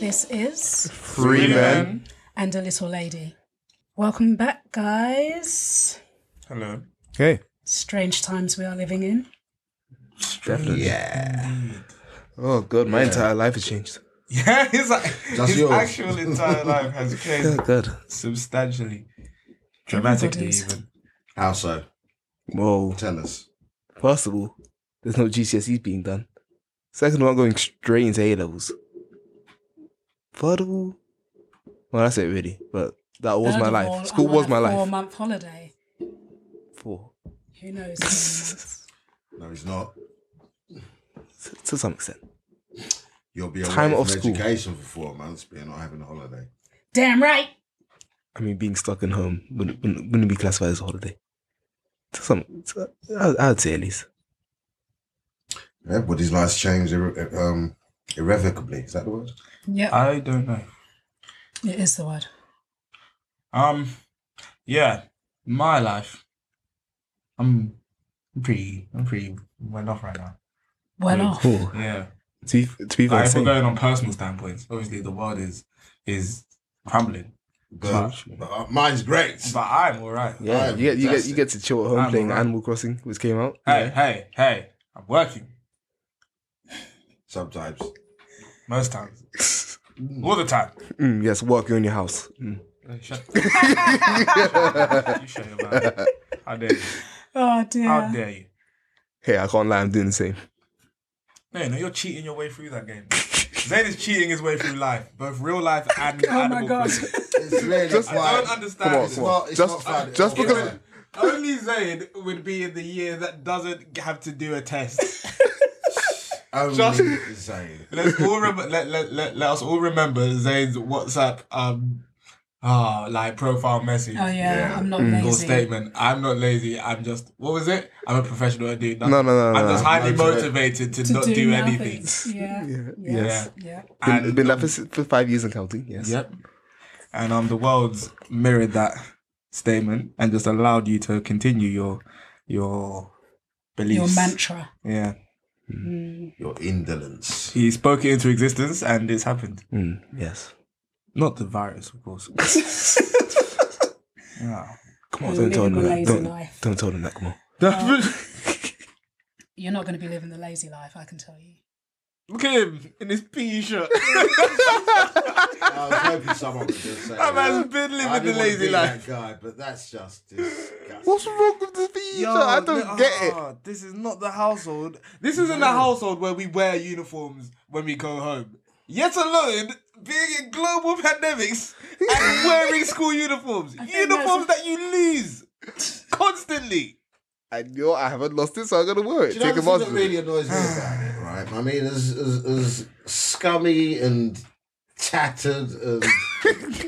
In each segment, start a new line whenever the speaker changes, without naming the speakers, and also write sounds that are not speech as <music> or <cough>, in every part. This is
Free men.
And a Little Lady. Welcome back, guys.
Hello.
Hey.
Strange times we are living in.
Definitely.
Yeah. Oh god, my entire life has changed.
<laughs> Yeah, his, his
yours.
actual entire life has <laughs>
Oh
changed
god.
substantially, dramatically
Everybody's.
even.
How so?
Whoa.
Tell us.
First of all, there's no GCSEs E being done. Second of all, I'm going straight into A levels. Third of all, well, that's it really. But that was
Third
my
of all,
life.
I'm
School
on
was
a
my
Four
life.
month holiday.
Four,
Who knows? in months? <laughs>
No, he's not.
to, to some extent.
You'll be away
Time
from
off school.
education for four months, but you're not having a holiday.
Damn right.
I mean, being stuck in home wouldn't, wouldn't, wouldn't be classified as a holiday. To some, to, I, I'd say at least.
Everybody's life's changed irre- um, irrevocably. Is that the word?
Yeah,
I don't know.
it is the word.
Um, yeah, my life. I'm I'm pretty. I'm pretty well off right now.
Well
Mm.
off.
Oh,
Yeah.
to be, to be fair,
Like, if we're
same.
going on personal standpoints, obviously the world is is crumbling,
But, but, uh, mine's great.
but I'm all right.
yeah,
I'm
you get, you get you
fantastic.
get to chill at home
I'm
playing
alright.
Animal Crossing, which came out.
Hey, hey, hey! I'm working <laughs>
Sometimes.
most times,
<laughs>
all the time.
Mm, yes, work you're in your house. Mm.
Shut <laughs> you shut your
<laughs>
mouth. How dare you?
Oh
How
dear.
dare you?
<laughs> Hey, I can't lie, I'm doing the same.
No, no, you're cheating your way through that game. Zayn is cheating his way through life, both real life
<laughs>
and
Oh my
animal
god.
cruelty.
It's really
Just-
I
quite-
don't understand.
Come on,
this.
It's
come on.
not, it's
Just-
not fun.
just
It's not
because-
fun.
Only Zayn would be in the year that doesn't have to do a test.
Only
Just-
insane.
Let's all rem- <laughs> let, let, let, let us all remember Zayn's WhatsApp um ah like profile message
Oh yeah,
Yeah.
I'm not
Mm.
or
lazy.
statement. I'm not lazy. I'm just what was it? I'm a professional at doing
No,
nothing.
no, no, no.
I'm
no.
just highly
Motivate-
motivated to,
To
not do,
do nothing.
anything.
<laughs>
Yeah.
Yeah,
Yeah.
Yes.
Yeah.
Been, been like for,
um,
s- for five years and counting. Yes.
Yep. And um, the world's mirrored that statement and just allowed you to continue your your
Your
beliefs.
mantra.
yeah.
Mm.
Your
<laughs>
indolence.
He spoke it into existence and it's happened.
Mm, yes.
Not the virus, of course. yeah.
<laughs> Come on,
You're
don't tell
living
them
a
that.
lazy
Don't,
life.
don't tell them that. Come on.
You're not going to be living the lazy life, I can tell
<laughs>
you.
<laughs> Look at him in his pea shirt.
I was hoping someone would just say that.
that man's been
I didn't
living the
want to
lazy
be
life.
That guy, but that's
<laughs>
just disgusting.
What's wrong with this feature? I don't
no,
get
uh,
it.
ah, This is not the household. This isn't the household where we wear uniforms when we go home. Yet alone, being in global pandemics
<laughs>
and wearing school uniforms.
I think
Uniforms that you lose constantly.
I know I haven't lost it, so I'm gonna wear
Do
it.
you know
Take
the
a
thing
mask.
that really annoys me about
<sighs>
it, right? I mean, as, as, as scummy and tattered
<laughs>
and,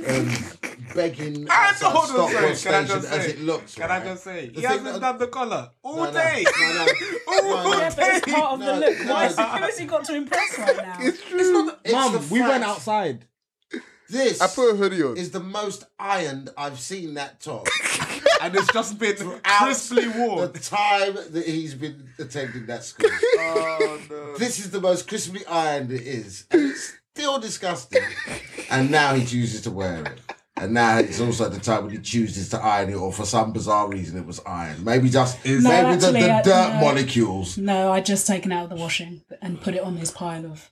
and begging
And
outside
hold
Stockwell
on, sorry, can I
Station
just
as
say?
it looks,
Can
right?
I just
The
say, he
thing
hasn't
that-
done the collar all
No, no,
day.
no, no.
<laughs> all
No, no.
day.
Yeah,
but it's part of the
No,
look. Why
no.
<laughs>
security got to impress right now?
It's true.
It's the fact.
outside.
This
I put a hoodie on.
is the most ironed I've seen that
<laughs>
top.
And it's just been
<laughs> Out
crisply
the <laughs>
warm.
time that he's been attending that
<laughs>
school.
Oh, no.
this is the most crisply ironed it is. And it's still disgusting. and now he chooses to wear it. And now it's also at the time when he chooses to iron it, or for some bizarre reason it was iron. Maybe just
No,
maybe the,
actually,
the
I-
dirt
no.
molecules.
No, I just taken out of the washing and put it on this pile of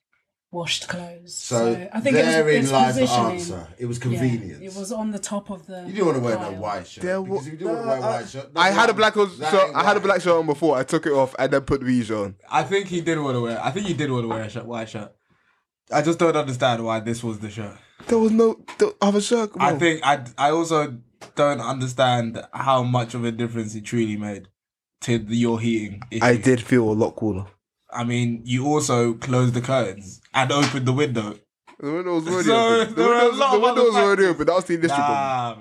washed clothes.
So,
I think it was
therein
it's
lies the
positioning.
answer. It was
Yeah,
convenience.
it was on the top of the.
You didn't want to wear no
pile.
white shirt.
There
because
wa-
if you do want to
no,
wear a
I-
white shirt,
I
that's
had a
white.
black
That
shirt.
ain't
I had a
white.
black shirt on before. I took it off and then put beige on.
I think he did want to wear. I think he did want to wear a shirt, white shirt. I just don't understand why this was the shirt.
There was no the other shirt. Come
I
on.
think I I also don't understand how much of a difference it truly made to the, your heating. Issue.
I did feel a lot cooler.
I mean, you also closed the curtains and opened the window.
The window was already
So,
open. The
there are a
window,
lot
the
of
window
other
was already
factors.
open. That was the industry problem.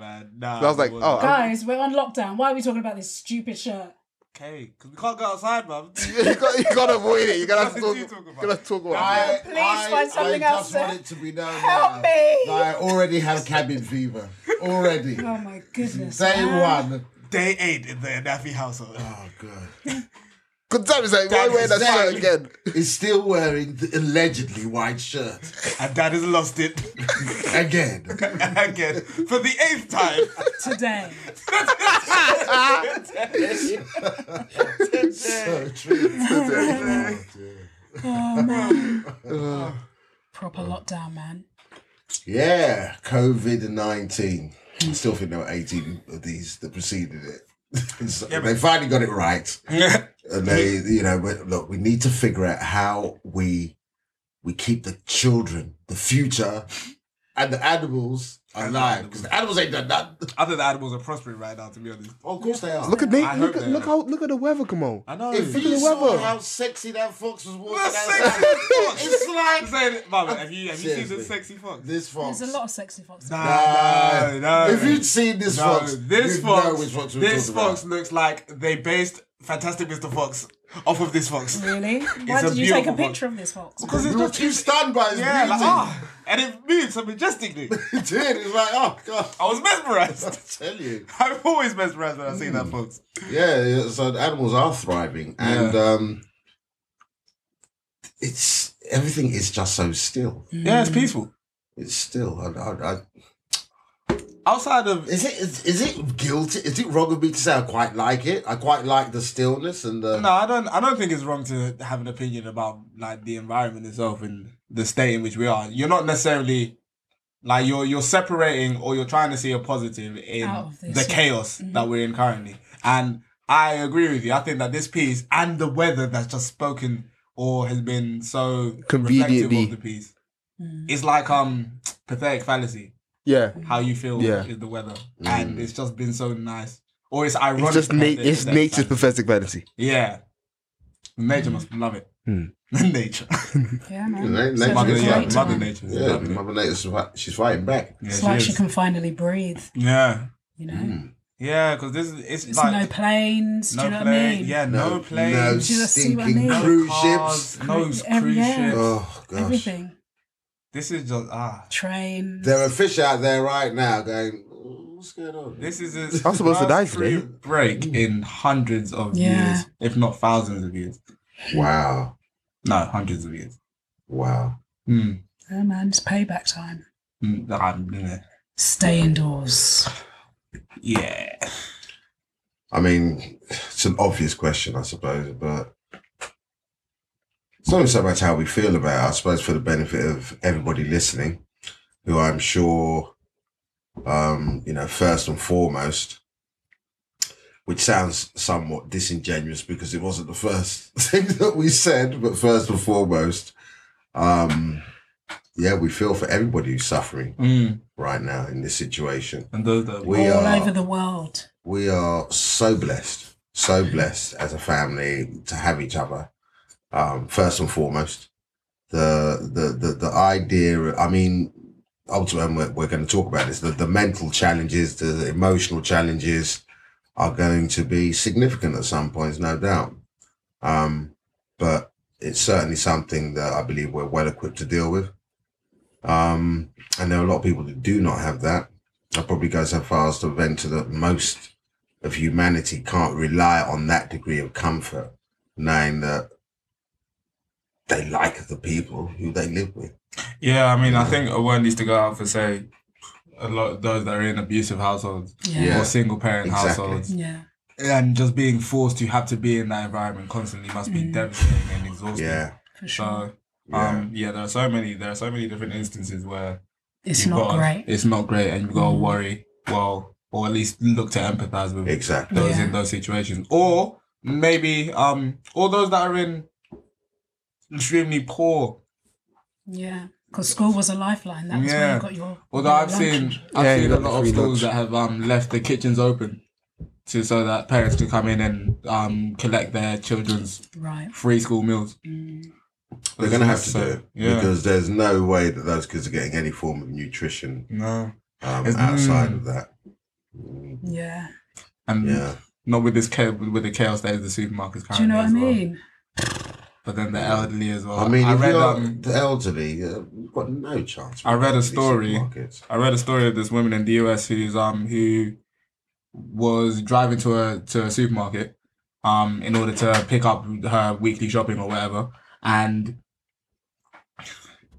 Nah, man, nah.
So I was like,
it
oh,
wasn't.
I'm-
Guys, we're on lockdown. Why are we talking about this stupid shirt?
okay, because we can't go outside, man.
<laughs> you, can't, you can't avoid it. You gotta
What did
talk,
you
you
talk about?
gotta talk about it.
I,
Please find something
I
else
just want
to- <laughs>
it to be known
Help
now
me.
that I already have cabin fever. Already.
Oh my goodness!
Day
man.
one.
uh, Day eight in the Nafi household.
Oh, God.
Good time is like, why
Damn,
wear that shirt
exactly.
again?
is still wearing the allegedly white shirt
And dad has lost it <laughs>
again.
again for the eighth time. <laughs>
Today.
so true. Oh, dear.
Oh, man. Proper lockdown, man.
yeah, COVID nineteen. I still think there were eighteen of these that preceded it. <laughs> So
Yeah, but-
they finally got it right, and they, you know, but look, we need to figure out how we we keep the children, the future, and the animals
And the
alive because the animals ain't done nothing.
I think the animals are prospering right now, to be honest.
Oh, of course they are.
Look at me.
I
Look
hope
at
they-
look how look at the weather, come on.
I know.
If
<laughs>
<laughs> at
you
the
saw
weather.
how sexy that fox was walking,
The
outside,
sexy fox.
it's like
Saying it- Mama, have you have you seen the
Seriously.
sexy fox?
this fox.
There's a lot of sexy foxes.
No, no.
If you'd seen this
No,
fox,
this
you'd
fox,
know which fox we're
this
talking
fox looks like they based Fantastic Mr. Fox off of this fox.
Mm.
Really? Why
a
did you take a
beautiful fox.
picture of this fox?
Because
about.
it's
We were
not
too stunned by his
yeah, like
beauty. <laughs>
ah, and it moved so majestically.
It did. It's like, oh god, <laughs>
I was mesmerized. <laughs>
I tell you.
I've always mesmerized when I see
Mm.
that fox.
Yeah, yeah, so the animals are thriving, and um, it's everything is just so still.
Yeah, it's peaceful.
It's still. I, I, I,
Outside of
is it? Is, is it guilty? Is it wrong of me to say I quite like it? I quite like the stillness and the.
no, I don't. I don't think it's wrong to have an opinion about like the environment itself and the state in which we are. You're not necessarily like you're you're separating or you're trying to see a positive in
Out of this, Mm-hmm.
the
yeah.
chaos that we're in currently. And I agree with you. I think that this piece and the weather that's just spoken or has been so reflective
Conveniently.
of the piece.
Hmm.
It's like um pathetic fallacy.
Yeah.
How you feel
Yeah. Mm.
is the weather, and it's just been so nice. Or it's ironic.
It's just na-
that
it's
that
nature's
fallacy.
pathetic fantasy.
Yeah. Nature must love it.
Hmm.
<laughs> nature.
Yeah, man.
They- they
So it's a
might be
Mother,
great
yeah,
like
time.
mother nature. is
Yeah,
loving it.
Mother Nature's fi- she's fighting back.
Yeah,
It's
she
like
is.
she can finally breathe,
Yeah.
you know?
Mm.
Hmm.
Yeah, because this is it's,
It's
like
no planes, do you know what I mean?
Yeah, no, planes.
no
Do you just see what I
stinking
mean?
cruise
cars,
ships.
No
Cruise-
cruise
yeah.
ships.
Oh gosh.
Everything.
This is just ah.
Trains.
There are fish out there right now going, "Ooh, what's going on?
This is a
I'm supposed to die
true
today.
break in hundreds of
Yeah.
years, if not thousands of years.
wow.
No, hundreds of years.
Wow.
Hmm.
Yeah, man, it's payback time.
Hmm, I'm doing it.
Stay indoors.
Yeah.
I mean, it's an obvious question, I suppose, but it's not so much how we feel about it, I suppose, for the benefit of everybody listening, who I'm sure, um, you know, first and foremost, which sounds somewhat disingenuous because it wasn't the first <laughs> thing that we said, but first and foremost, um, yeah, we feel for everybody who's suffering
Mm.
right now in this situation
And those that
We
All
are-
over the world.
we are so blessed, so blessed as a family to have each other. Um, first and foremost, the the the, the idea. I mean, ultimately, and we're, we're going to talk about this. The, the mental challenges, the emotional challenges, are going to be significant at some points, no doubt. Um, but it's certainly something that I believe we're well equipped to deal with. Um, and there are a lot of people that do not have that. I probably go so far as to venture that most of humanity can't rely on that degree of comfort, knowing that they like the people who they live with.
Yeah, I mean, I think a word needs to go out for say a lot of those that are in abusive households
Yeah.
Yeah.
or single parent
Exactly.
households,
Yeah.
and just being forced to have to be in that environment constantly must be
Mm.
devastating and exhausting.
Yeah,
For
So,
sure.
yeah.
um, yeah, there are so many, there are so many different instances where
it's
you've
not
gotta-
great.
It's not great, and you've got to
Mm.
worry. Well, or at least look to empathize with
exactly.
those
Yeah.
in those situations, or maybe um, all those that are in extremely poor
Yeah. Because school was a lifeline. That was where
Yeah.
you got your.
Although
your
I've seen,
lunch.
I've
Yeah, you
seen a
got
lot
the
of
free
schools
lunch.
that have um, left the kitchens open, to so that parents could come in and um, collect their children's
Right.
free school meals.
Mm.
They're going to have to do
So,
it
Yeah.
because there's no way that those kids are getting any form of nutrition
no.
um,
It's-
outside
mm.
of that.
Yeah.
And
Yeah,
not with this chaos, with the chaos that is the supermarkets currently.
Do you know what I
as well.
mean?
But then the elderly as well.
I mean,
I
if
read
you're
um,
the elderly, uh, you've got no chance.
I read a
These
story.
supermarkets.
I read a story of this woman in the US who's um who was driving to a to a supermarket um, in order to pick up her weekly shopping or whatever, and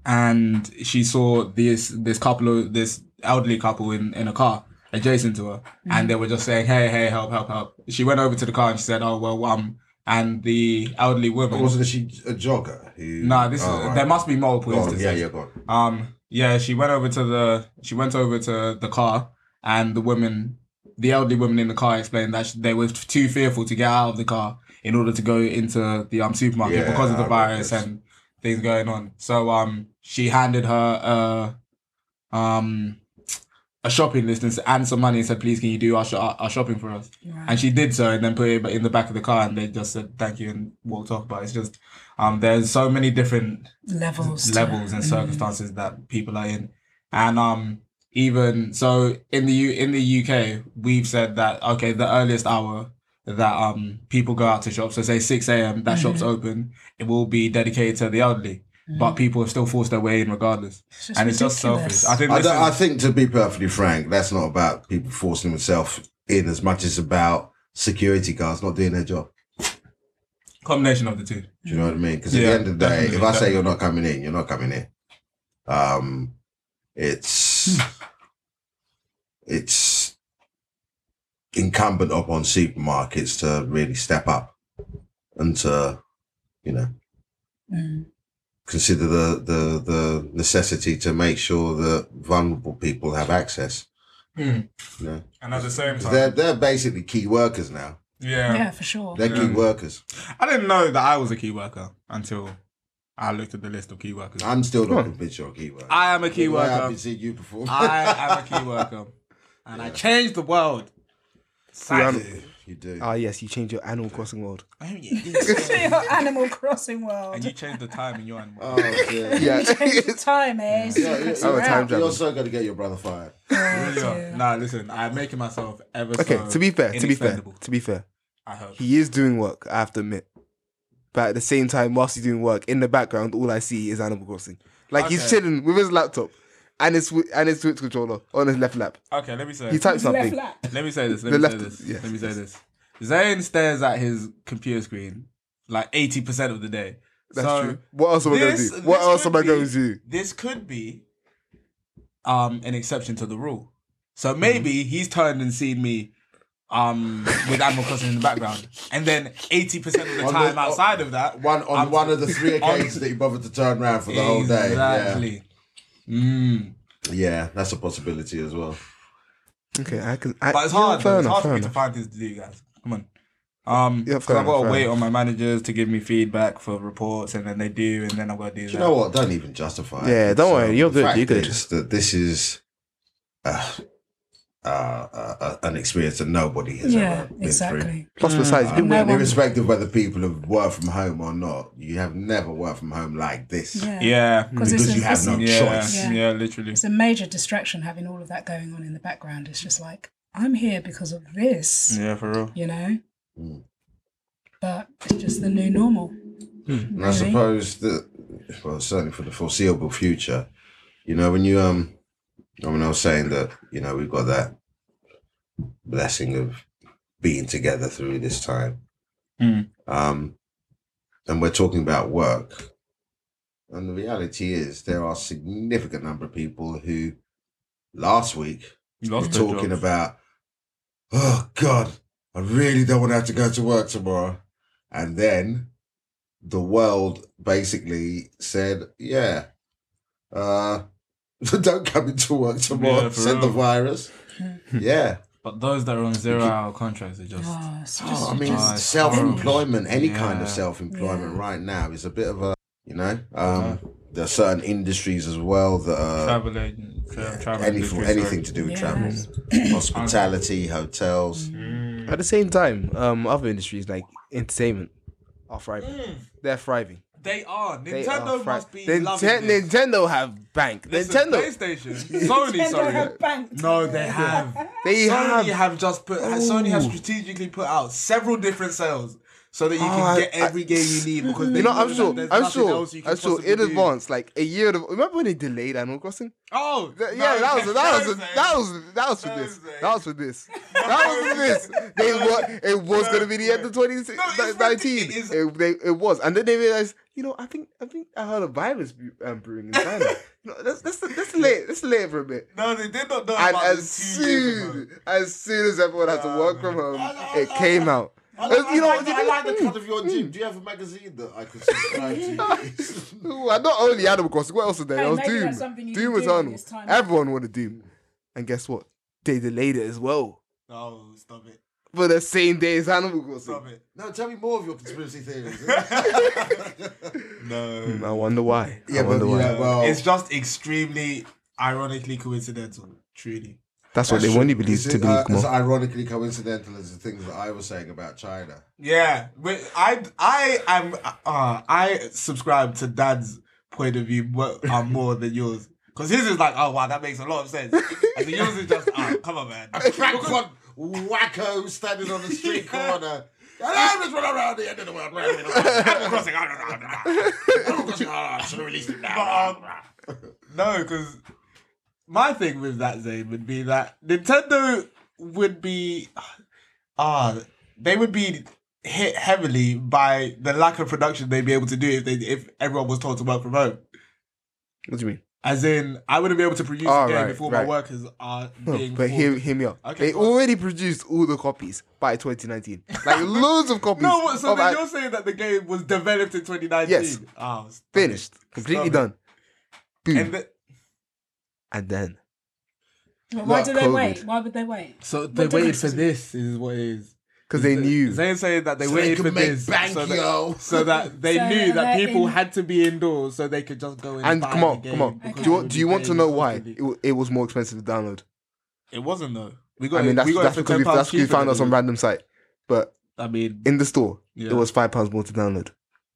and she saw this this couple of this elderly couple in in a car adjacent to her, and they were just saying, "Hey, hey, help, help, help." She went over to the car and she said, "Oh well, um," and the elderly woman.
Wasn't she a jogger? Who...
Nah, this
Oh,
is,
right.
there must be multiple
Go on,
instances.
yeah, yeah, go on.
Um, yeah, she went over to the she went over to the car, and the woman, the elderly woman in the car, explained that she, they were too fearful to get out of the car in order to go into the um supermarket
Yeah,
because of the
I read
virus
this.
and things going on. So um, she handed her uh, um, a shopping list and, s- and some money and said, "Please, can you do our, sho- our shopping for us?" And she did so, and then put it in the back of the car, and they just said, "Thank you," and walked off. But it's just um, there's so many different
levels. to-
levels and
Mm.
circumstances that people are in and um even so in the U, in the UK we've said that okay the earliest hour that um people go out to shops so say 6 a.m that shop's
Mm-hmm.
open it will be dedicated to the elderly but people have still forced their way in regardless
Mm. It's just
and it's just
ridiculous.
selfish i think
I,
this
don't- I
is,
think, to be perfectly frank, that's not about people forcing themselves in as much as about security guards not doing their job.
combination of the two
Do you know what I mean? Because at
Yeah,
the end of the day,
definitely,
if I say
definitely.
you're not coming in, you're not coming in. Um,
Hmm.
it's it's incumbent upon supermarkets to really step up and to you know
Mm.
consider the the the necessity to make sure that vulnerable people have access. Hmm. Yeah.
and at the same
'Cause
time
They're they're basically key workers now.
yeah.
Yeah, for sure. <laughs>
They're key
Yeah.
workers.
i didn't know that i was a key worker until i looked at the list of key workers
I'm still not convinced you're a key worker.
i am a key
The way I've
worker
been seeing you perform.
I am a key worker, and I changed the world.
<laughs>
Sadly.
you do.
Ah, yes, you change your Animal Crossing world.
<laughs> Your Animal Crossing world. <laughs>
and you changed the time in your animal.
Oh, yeah.
<laughs> Yeah.
Change the <laughs> time, eh? So
Yeah,
you can
yeah,
<laughs>
yeah.
I'm a time
surround-
traveler.
You're so going to get your brother fired.
Oh,
Really are.
dear.
Nah, listen, I'm making myself ever
Okay,
so
to be fair, to be fair,
inexpendable,
to be fair,
I hope.
he is doing work. I have to admit, but at the same time, whilst he's doing work, in the background, all I see is Animal Crossing. Like he's
Okay.
chilling with his laptop and his Swi- and his Switch controller on his left lap.
Okay, let me say
He types
Just left
something.
lap.
let me say this,
The
let me say
left-
this.
yeah.
Let me say this. Zayn stares at his computer screen like 80% of the day.
That's
so
true. What else am I going to
this-
do? What
this
else am
could
I going
be-
to do?
this could be um an exception to the rule. So maybe
Mm-hmm.
he's turned and seen me um with Animal Crossing in the background. And then 80% of the
On the-
time outside of that,
One <laughs> on
I'm-
one of the three
on-
occasions that you bothered to turn around for the whole day. Yeah.
exactly. Mm.
yeah, that's a possibility as well.
Okay, I can. I,
But it's
yeah,
hard.
fair
though. it's
enough,
hard
fair
for me to
enough.
find things to do, guys. Come on. Um,
Yeah,
'cause
fair
I've got
enough,
to
fair
wait
enough.
on my managers to give me feedback for reports, and then they do, and then I've got to do
Do
that.
you know what? Don't even justify. it.
Yeah, don't
It's,
worry,
um,
you're
the
good,
fact
you're good.
is that this is uh, uh, uh, an experience that nobody has
Yeah,
ever been through.
exactly.
Mm.
Plus, besides,
Um,
people,
No one-
irrespective of whether people have worked from home or not, you have never worked from home like this
Yeah.
Yeah. Mm.
Because it's,
because
a-
you have
it's,
no
a,
Yeah.
choice.
Yeah.
Yeah.
Literally.
it's a major distraction having all of that going on in the background. It's just like, I'm here because of this,
Yeah, for real.
you know?
Mm.
But it's just the new normal.
And I
really.
suppose that, well, certainly for the foreseeable future, you know, when you um, I mean, I was saying that you know we've got that blessing of being together through this time,
Hmm.
Mm.
um, and we're talking about work, and the reality is there are significant number of people who last week
You
were
lost their
talking
jobs.
about, oh God, I really don't want to have to go to work tomorrow. And then the world basically said, yeah, uh, <laughs> don't come into work tomorrow,
Yeah, for
send the
real.
virus.
Hmm.
yeah.
But those that are on zero hour contracts are just.
Oh, it's just,
Oh, I mean,
nice.
self employment, any kind of
Yeah.
self employment
Yeah.
right now is a bit of a, you know,
Yeah.
um, there are certain industries as well that are.
Travel agent, tra-
yeah,
travel
any-
industry,
anything
sorry.
to do with
Yeah. <clears throat>
travel, hospitality, hotels.
Mm.
at the same time, um, other industries like entertainment are thriving. They're thriving.
They are.
They
Nintendo
are thri-
must be
Ninten-
loving this.
Nintendo have bank.
Listen,
Nintendo.
PlayStation, Sony,
Nintendo
sorry.
have banked.
No, they have.
They
Sony
have
have just put. uh, Sony have
Ooh.
strategically put out several different sales. so that you
Oh,
can
I-
get every game you need because they
You know, I'm
that
sure,
there's
I'm
nothing
sure,
else you can
I'm sure.
possibly
In
do.
advance, like a year. Of, remember when they delayed Animal Crossing?
Oh,
Th- yeah,
<laughs>
that was that was that was that was for this.
Thursday.
That was for this. That was for this. They were it was going to be the end of
No, it's
2019.
ridic- it is-
It, they, it was, and then they realized, you know, I think I think I heard a virus bre- um, brewing in China.
<laughs>
no, that's that's that's late. That's late for a bit.
No, they did not know
And
about
as
this two years ago. Ah.
soon as soon as everyone had to
Nah,
work
man.
from home,
I- I-
it
I-
came out.
I
Uh,
like,
you
you
know
know,
what,
I like, I
you
like
know-
the cut of your gym. Do you have a magazine that I could subscribe <laughs> to?
Ooh, I not only Animal Crossing. What else was there?
Hey,
There was
maybe that's
Doom.
something you
Doom
can do in
Eternal.
this time.
Everyone wanted Doom, and guess what? They delayed it as well
No, stop it.
for the same day as Animal Crossing.
Stop it.
no, tell me more of your conspiracy <laughs> theories.
No.
Hmm, I wonder why.
Yeah,
I
but
wonder why.
yeah. well-
it's just extremely ironically coincidental, truly.
That's what they want you
This
believe to
is,
believe.
uh,
come
as
on.
ironically coincidental as the things that I was saying about China.
Yeah, but I I am uh, I subscribe to Dad's point of view mo- uh, more than yours because his is like, oh wow, that makes a lot of sense. And so yours is just, oh, come on, man.
<laughs> Crack one wacko standing on the <laughs> street
Yeah.
corner. And I'm just running around the end of the world. Round the
Animal Crossing, ah, ah, ah, ah.
should have released it
But,
now.
no, because my thing with that Zane would be that Nintendo would be ah they would be hit heavily by the lack of production they'd be able to do if they if everyone was told to work from home.
What do you mean?
As in, I wouldn't be able to produce
Oh,
a game
right,
before
right.
my workers
<laughs>
are
No,
being.
but hear,
forced-
hear me out.
Okay,
they
fine.
already produced all the copies by
<laughs>
2019. Like loads of copies.
no, what- so
of
then
oh, I-
you're saying that the game was developed in 2019?
Yes.
Oh, stop it.
finished, completely
Stop it.
done. Boom,
And the,
and then
But why
Like
do they
COVID.
wait? Why would they wait?
so they
What the-
waited for this, is what it is.
because they knew.
Zayn saying that they
So they
waited
could
for
make
this
bank,
so,
yo.
that, so
<laughs>
that they
So
knew that
they're
people
in-
had to be indoors so they could just go in.
and
buy
come on,
the
come
game
on.
because
Okay.
Do
it
you,
would
do you
be
want to
playing
know why
constantly.
it, wa- it was more expensive to download?
It wasn't though. We got
I mean,
it,
that's,
we got it
that's
for
because
ten
we,
pounds
that's because we
cheaper.
found
than
out some
it-
random site. But
I mean,
in the store,
yeah.
it was five pounds more to download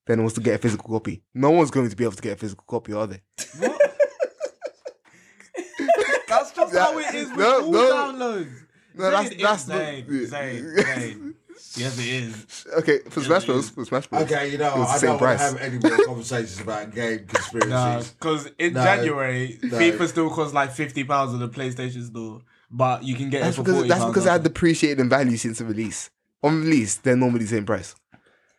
than it was to get a physical copy. No one's going to be able to get a physical copy, are they?
What?
<laughs>
That's just
That-
how it is with
no,
all
no.
downloads.
No, that's- that's the-
Zane,
yeah. <laughs>
Zane, Zane. Yes, it is.
Okay, for Smash Bros.
is.
For Smash Bros.
Okay, you know,
It was the
I
same
don't want
price.
to have any more conversations about game conspiracies.
because in
No,
January,
no.
FIFA still costs like fifty pounds on the PlayStation Store, but you can get
That's
it for
because
forty
that's
pounds
because I
after.
had depreciated in value since the release. On release, they're normally the same price.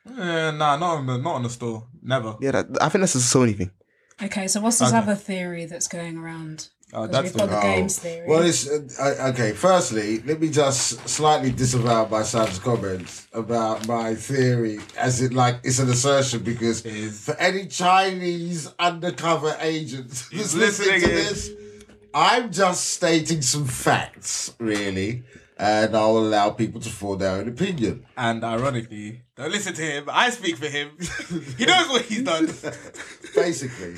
Uh, nah, not on the not on the store. Never.
Yeah, that, I think that's a Sony thing.
Okay, so what's this
Okay.
other theory that's going around?
Oh,
Because
that's
we've
the
got the
Oh.
games theory.
Well, it's uh, uh, okay. Firstly, let me just slightly disavow my son's comments about my theory, as it like it's an assertion because
It is.
for any Chinese undercover agent <laughs> that's
He's
listening to
listening in.
this, I'm just stating some facts, really, and I'll allow people to form their own opinion.
And ironically, don't listen to him. I speak for him. <laughs> he knows what he's
<laughs>
done.
basically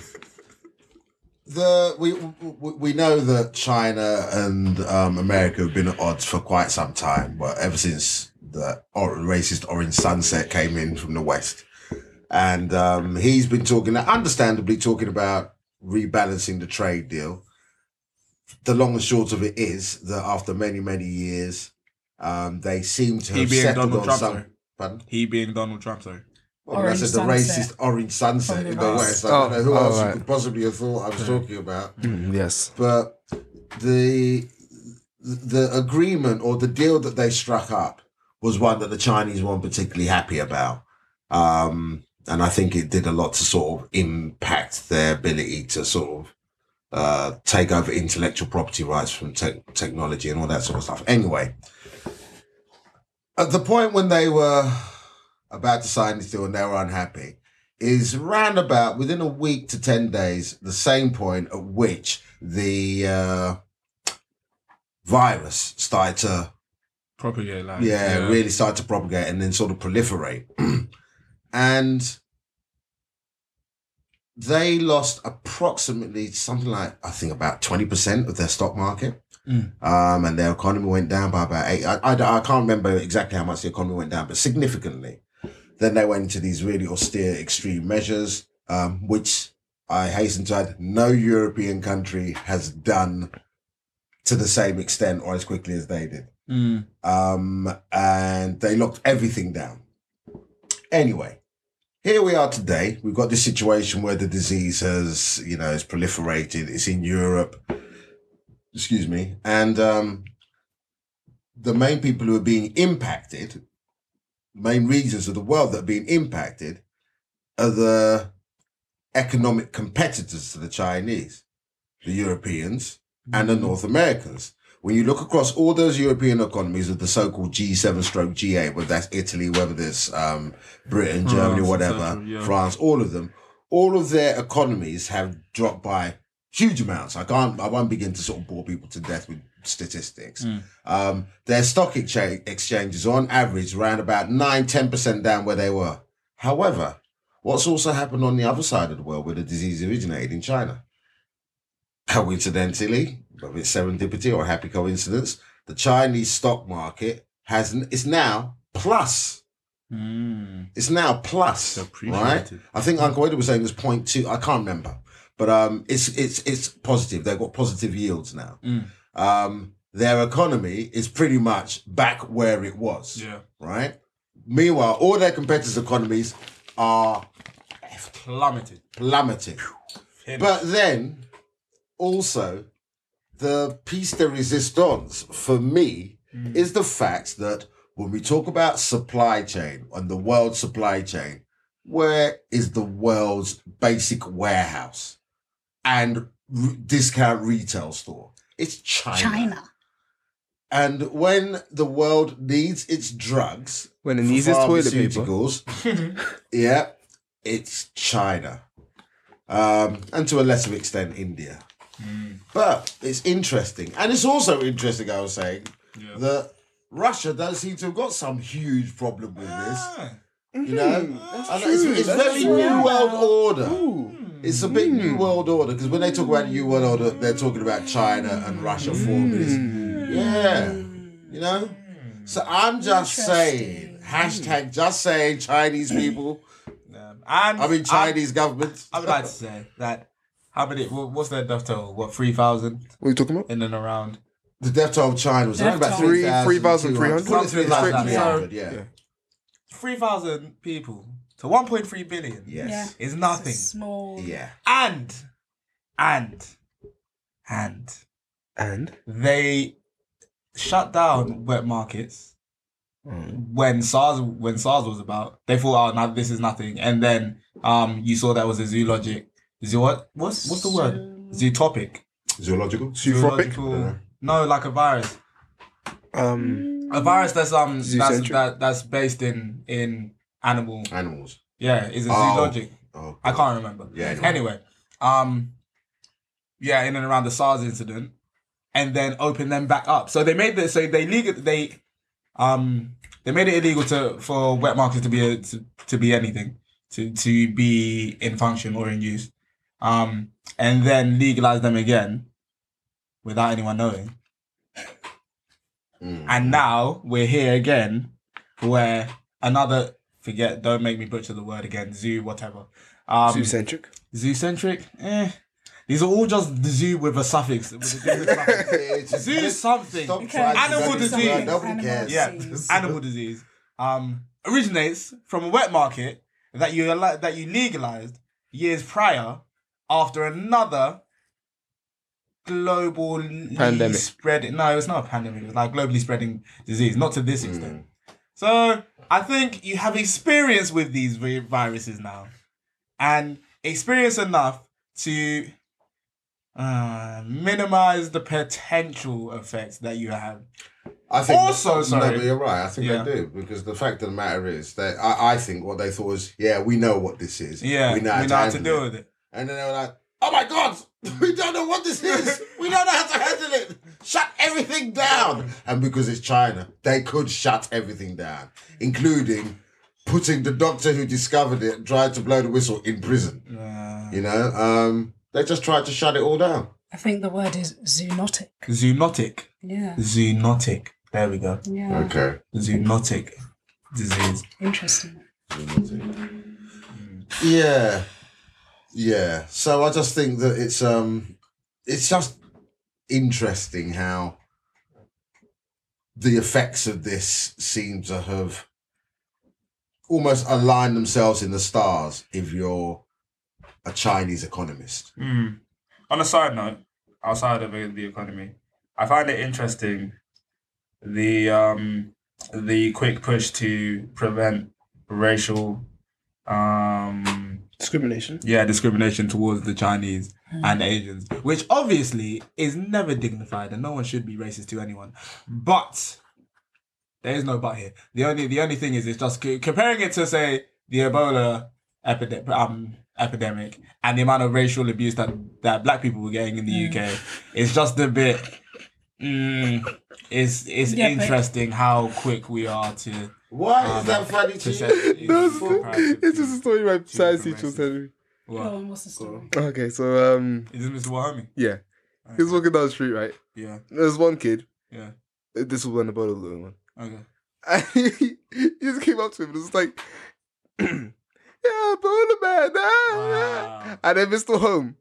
the we, we we know that China and um, America have been at odds for quite some time, but ever since the or- racist orange sunset came in from the west, and um, he's been talking, understandably talking about rebalancing the trade deal. The long and short of it is that after many many years, um, they seem to
He
have
being
settled
Donald
on
Trump,
some.
sorry.
Pardon?
He being Donald Trump, sorry.
Well,
Orange
that's the
sunset.
racist orange sunset
From the
in the
West.
West. I don't
Oh,
know who
oh,
else
right.
you could possibly have thought I was talking about.
Mm, yes.
But the the agreement or the deal that they struck up was one that the Chinese weren't particularly happy about. Um, and I think it did a lot to sort of impact their ability to sort of uh, take over intellectual property rights from tech technology and all that sort of stuff. Anyway, at the point when they were about to sign this deal and they were unhappy, is roundabout within a week to 10 days, the same point at which the uh, virus started to
Propagate like
yeah, really start to propagate and then sort of proliferate. <clears throat> and they lost approximately something like I think about twenty percent of their stock market,
Mm.
um, and their economy went down by about eight. I, I, don't- I can't remember exactly how much the economy went down, but significantly. Then they went into these really austere, extreme measures, um, which I hasten to add, no European country has done to the same extent or as quickly as they did
Mm.
um, and they locked everything down. Anyway, here we are today. We've got this situation where the disease has, you know, it's proliferated. It's in Europe. Excuse me. And um, the main people who are being impacted, main regions of the world that are being impacted, are the economic competitors to the Chinese, the Europeans, and
Mm.
the North Americans. When you look across all those European economies of the so-called G7 stroke G8, whether that's Italy, whether that's um, Britain,
France,
Germany, whatever,
etc., yeah.
France, all of them, all of their economies have dropped by huge amounts. I can't, I won't begin to sort of bore people to death with statistics.
Mm.
Um, their stock exchange exchanges on average ran about nine, 10% down where they were. However, what's also happened on the other side of the world where the disease originated in China? <laughs> coincidentally, whether it's serendipity or a happy coincidence, the Chinese stock market has it's now plus.
Mm.
It's now plus, right?
Appreciated.
I think Uncle Eddie was saying it was point two. I can't remember, but um, it's it's it's positive. They've got positive yields now.
Mm.
Um, their economy is pretty much back where it was
Yeah.
right? Meanwhile, all their competitors' economies are
Plummeted.
plummeting.
Finished.
But then, also, the piece de resistance for me
Mm.
is the fact that when we talk about supply chain and the world supply chain, where is the world's basic warehouse and r- discount retail store? It's
China.
And when the world needs its drugs,
When it needs its toilet paper.
pharmaceuticals, <laughs> yeah, it's China, um, and to a lesser extent India.
Mm.
But it's interesting, and it's also interesting. I was saying
Yeah.
that Russia does seem to have got some huge problem with this.
Ah.
You know,
that's
and it's,
true,
it's
Mm-hmm.
very
that's true.
new world order.
Ooh.
Mm.
Hmm.
It's a big new world order because when they talk about new world order, they're talking about China and Russia
Hmm.
forming this
Mm.
Mm.
yeah.
Mm.
You know? So I'm just saying, hashtag just saying Chinese people,
Um, and
I mean Chinese government.
I, I would like to say that. How many? wha- What's their death toll? What three thousand
What are you talking about?
in and around?
the death toll of China was around
Death
about
toll.
three
Three-
three thousand three
3,300?
hundred. Three thousand three hundred,
So-
yeah.
Yeah.
Three thousand people to one point three billion
Yes.
is
It's a
nothing.
small.
Yeah.
And, and, and
And
they shut down wet markets
Mm.
when SARS when SARS was about. They thought, oh, now this is nothing. And then um, you saw that was a zoologic zoo. What what's what's the word? Zootopic.
Zoological?
Zootropic?
Zoological- No, like a virus.
um,
A
Mm.
virus that's um that's
Zoocentric.
that, that's based in in animal.
Animals.
Yeah, is a
Oh.
zoologic.
Oh.
I can't remember.
Yeah, anyway.
Anyway. um, yeah, in and around the SARS incident, and then open them back up. So they made the so they legal they, um, they made it illegal to for wet markets to be a, to, to be anything to to be in function or in use, um, and then legalize them again, without anyone knowing.
Mm.
And
<laughs>
now we're here again, where another forget. Don't make me butcher the word again. Zoo, whatever. Um,
centric.
Zoo-centric? Eh. These are all just the zoo with a suffix. With a different
<laughs>
suffix.
It's-
Zoo is something.
Stop
Okay.
trying to
Animal
make it sound
disease.
like Nobody
Animal
cares. Mm.
yeah,
disease.
animal disease. Um, originates from a wet market that you al- that you legalized years prior after another global
Pandemic.
spread. No, it's not a pandemic. It's like globally spreading disease. Not to
Hmm.
this extent. So I think you have experience with these vi- viruses now, and experience enough to uh, minimize the potential effects that you have.
I think
Also, sorry.
No, but you're right. I think
Yeah.
they do because the fact of the matter is that I, I think what they thought was, yeah, we know what this is.
Yeah, we know, how to
handle
deal with it.
And then they were like, oh my God, <laughs> we don't know what this is. We don't know how to handle it. Shut everything down. And because it's China, they could shut everything down, including putting the doctor who discovered it and tried to blow the whistle in prison.
Uh,
You know, um, they just tried to shut it all down.
I think the word is zoonotic.
Uh, zoonotic,
Yeah.
zoonotic. There we go.
Yeah.
Okay.
Zoonotic disease.
Interesting.
Yeah. Yeah. So I just think that it's um it's just interesting how the effects of this seem to have almost align themselves in the stars if you're a Chinese economist.
Mm. On a side note, outside of the the economy, I find it interesting the um, the quick push to prevent racial um,
<laughs> Discrimination.
yeah discrimination towards the Chinese
Hmm.
and Asians, which obviously is never dignified, and no one should be racist to anyone. But there is no but here. The only the only thing is it's just c- comparing it to say the Ebola epidemic. Um, epidemic and the amount of racial abuse that that black people were getting in the UK
Hmm.
it's just a bit mm, it's it's
Yeah, but-
interesting how quick we are to
Why
Um,
is that funny to
to
you?
set
That's, it's just a story my
different
science teacher was
races.
telling me.
Go
What?
on, what's the story?
Okay, so um,
Is this Mr. Wahami?
yeah, he was walking down the street, right?
Yeah,
There's one kid.
yeah.
This was when the bottle was going on.
Okay.
And <laughs> he, he just came up to him and was like, <clears throat> "Yeah, bowler man." ah,
Wow.
ah." And then Mr. Home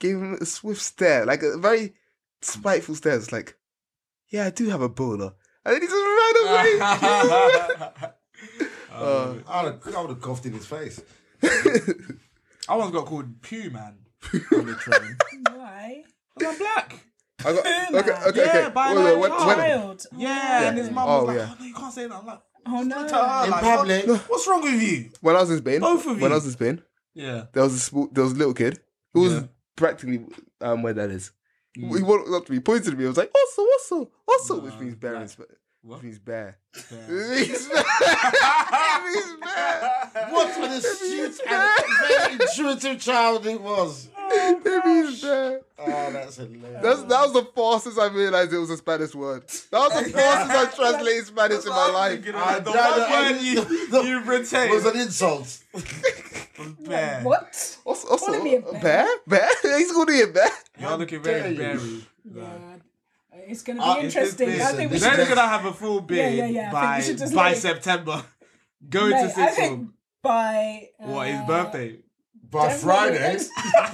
gave him a swift stare, like a very spiteful stare. It's like, "Yeah, I do have a bowler," and then he just ran away.
<laughs>
<laughs> He just ran Uh,
Um,
I would have, I would have coughed in his face.
I once got called Pew Man
<laughs>
on the train.
Why?
'Cause I'm black.
I got,
Puma.
okay, okay,
Yeah,
okay.
by
Wait,
that
wait, when-
time.
when-
Child.
Yeah, and his mum
Oh,
was like,
yeah.
oh, no, you can't say that. I'm like,
Oh
look at her,
no.
In
like, what-
public.
what's wrong with you?
when I was in Spain,
Both of
when
you.
I was in Spain,
Yeah.
there was a small, there was a little kid who was
Yeah.
practically um where that is.
Mm.
He walked up to me, pointed at me. I was like, "Also, also, also," which
Nah,
means bear, in
like-
Sp-
What?
which means
<laughs>
bear, <laughs>
Yeah.
It means bear, <laughs> It means bear.
What an astute and very intuitive child it was.
It means bear.
Oh, <laughs> that's hilarious.
That's that was the fastest I realized it was a Spanish word. That
<laughs>
was the fastest I translated Spanish in my life.
I, the
I-
one
I-
word you,
<laughs>
you retain
was an insult.
was bear.
What?
Also, also
Calling me a
a bear,
bear?
bear. <laughs> He's calling me a bear.
You're looking
dare
very
you.
berry.
Yeah. It's going to be
Uh, it's just
interesting. I
this-
think we
They're
should
only
just,
gonna have a full beard
yeah, yeah, I think we should just
by by
let it-
September. <laughs> Go into
Mate, I
sixth
think
form.
by uh,
What his birthday?
By
Definitely. <laughs>
Friday.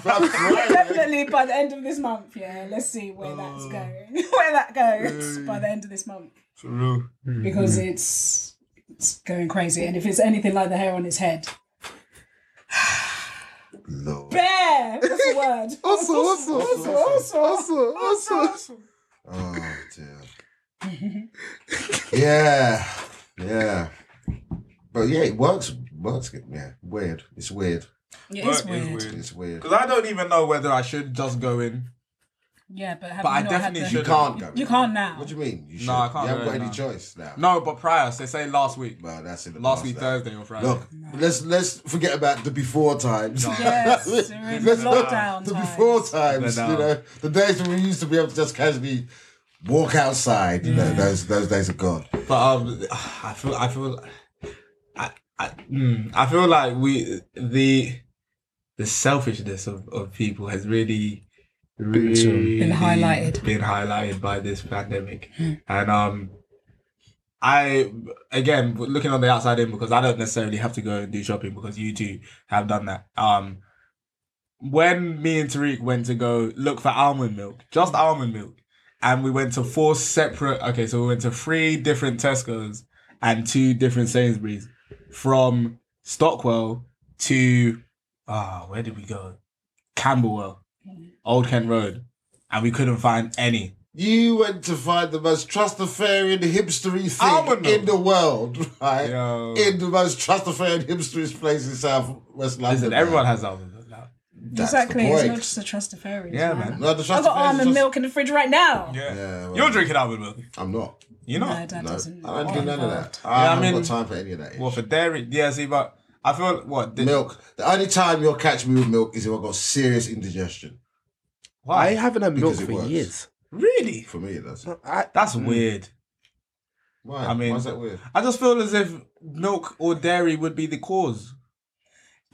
By Friday.
Definitely by the end of this month, yeah. Let's see where that's
Oh.
going, <laughs> where that goes
Mm.
by the end of this month,
True.
Hmm.
because it's it's going crazy. And if it's anything like the hair on his head,
Lord.
bear. What's the word?
Also, also,
also,
also,
also,
also, also.
Oh, dear.
<laughs>
yeah. Yeah. But yeah, it works. Works. good. Yeah. Weird. It's weird.
Yeah, it's
Work
weird.
is weird.
It's weird.
Because I don't even know whether I should just go in.
Yeah, but have
But
you
I
not
definitely
had the...
You
should-
can't go.
You can't now.
What do you mean? You should.
No, I can't
You haven't
do
got
it
any
now.
choice now.
No, but prior, so say last week,
Well, that's in the
last
past
week
now.
Thursday or Friday.
Look, let's let's forget about the before times. <laughs>
Yes, there is
Let's not-
lockdown
the
times.
<laughs> before times.
They're
You
down.
know, the days when we used to be able to just casually walk outside. You
Mm.
know, those those days are gone.
but um, I feel, I feel, I, I, mm, I feel like we the the selfishness of, of people has really, really
Been highlighted. Hmm.
been highlighted by this pandemic, and um, I again looking on the outside in because I don't necessarily have to go and do shopping because you two have done that. Um, when me and Tariq went to go look for almond milk, just almond milk, and we went to four separate. Okay, so we went to three different Tesco's and two different Sainsbury's from Stockwell to ah, where did we go? Camberwell, Old Kent Road, and we couldn't find any.
You went to find the most trustafarian hipstery
Almond
thing in the world, right?
Yo.
In the most trustafarian hipsteriest place in South West London.
Listen,
man.
everyone has almond milk now.
That's the
Exactly, it's
point.
not just a trustafarian.
Yeah, man.
No, the
I've got
Trustafarians
almond
just-
milk in the fridge right now.
Yeah,
Yeah,
well-
you're drinking almond milk.
I'm not.
You
No,
know.
that
No,
doesn't.
I don't do none of
<laughs>
that. I
Yeah, I
haven't
mean-
got time for any of that.
What for dairy? Yeah, see, but I feel what the,
Milk. The only time you'll catch me with milk is if I've got serious indigestion.
Why?
I haven't had milk
Because it
for
works.
years.
really?
For me, it does.
I,
That's weird.
Why?
I mean-
Why is that weird?
I just feel as if milk or dairy would be the cause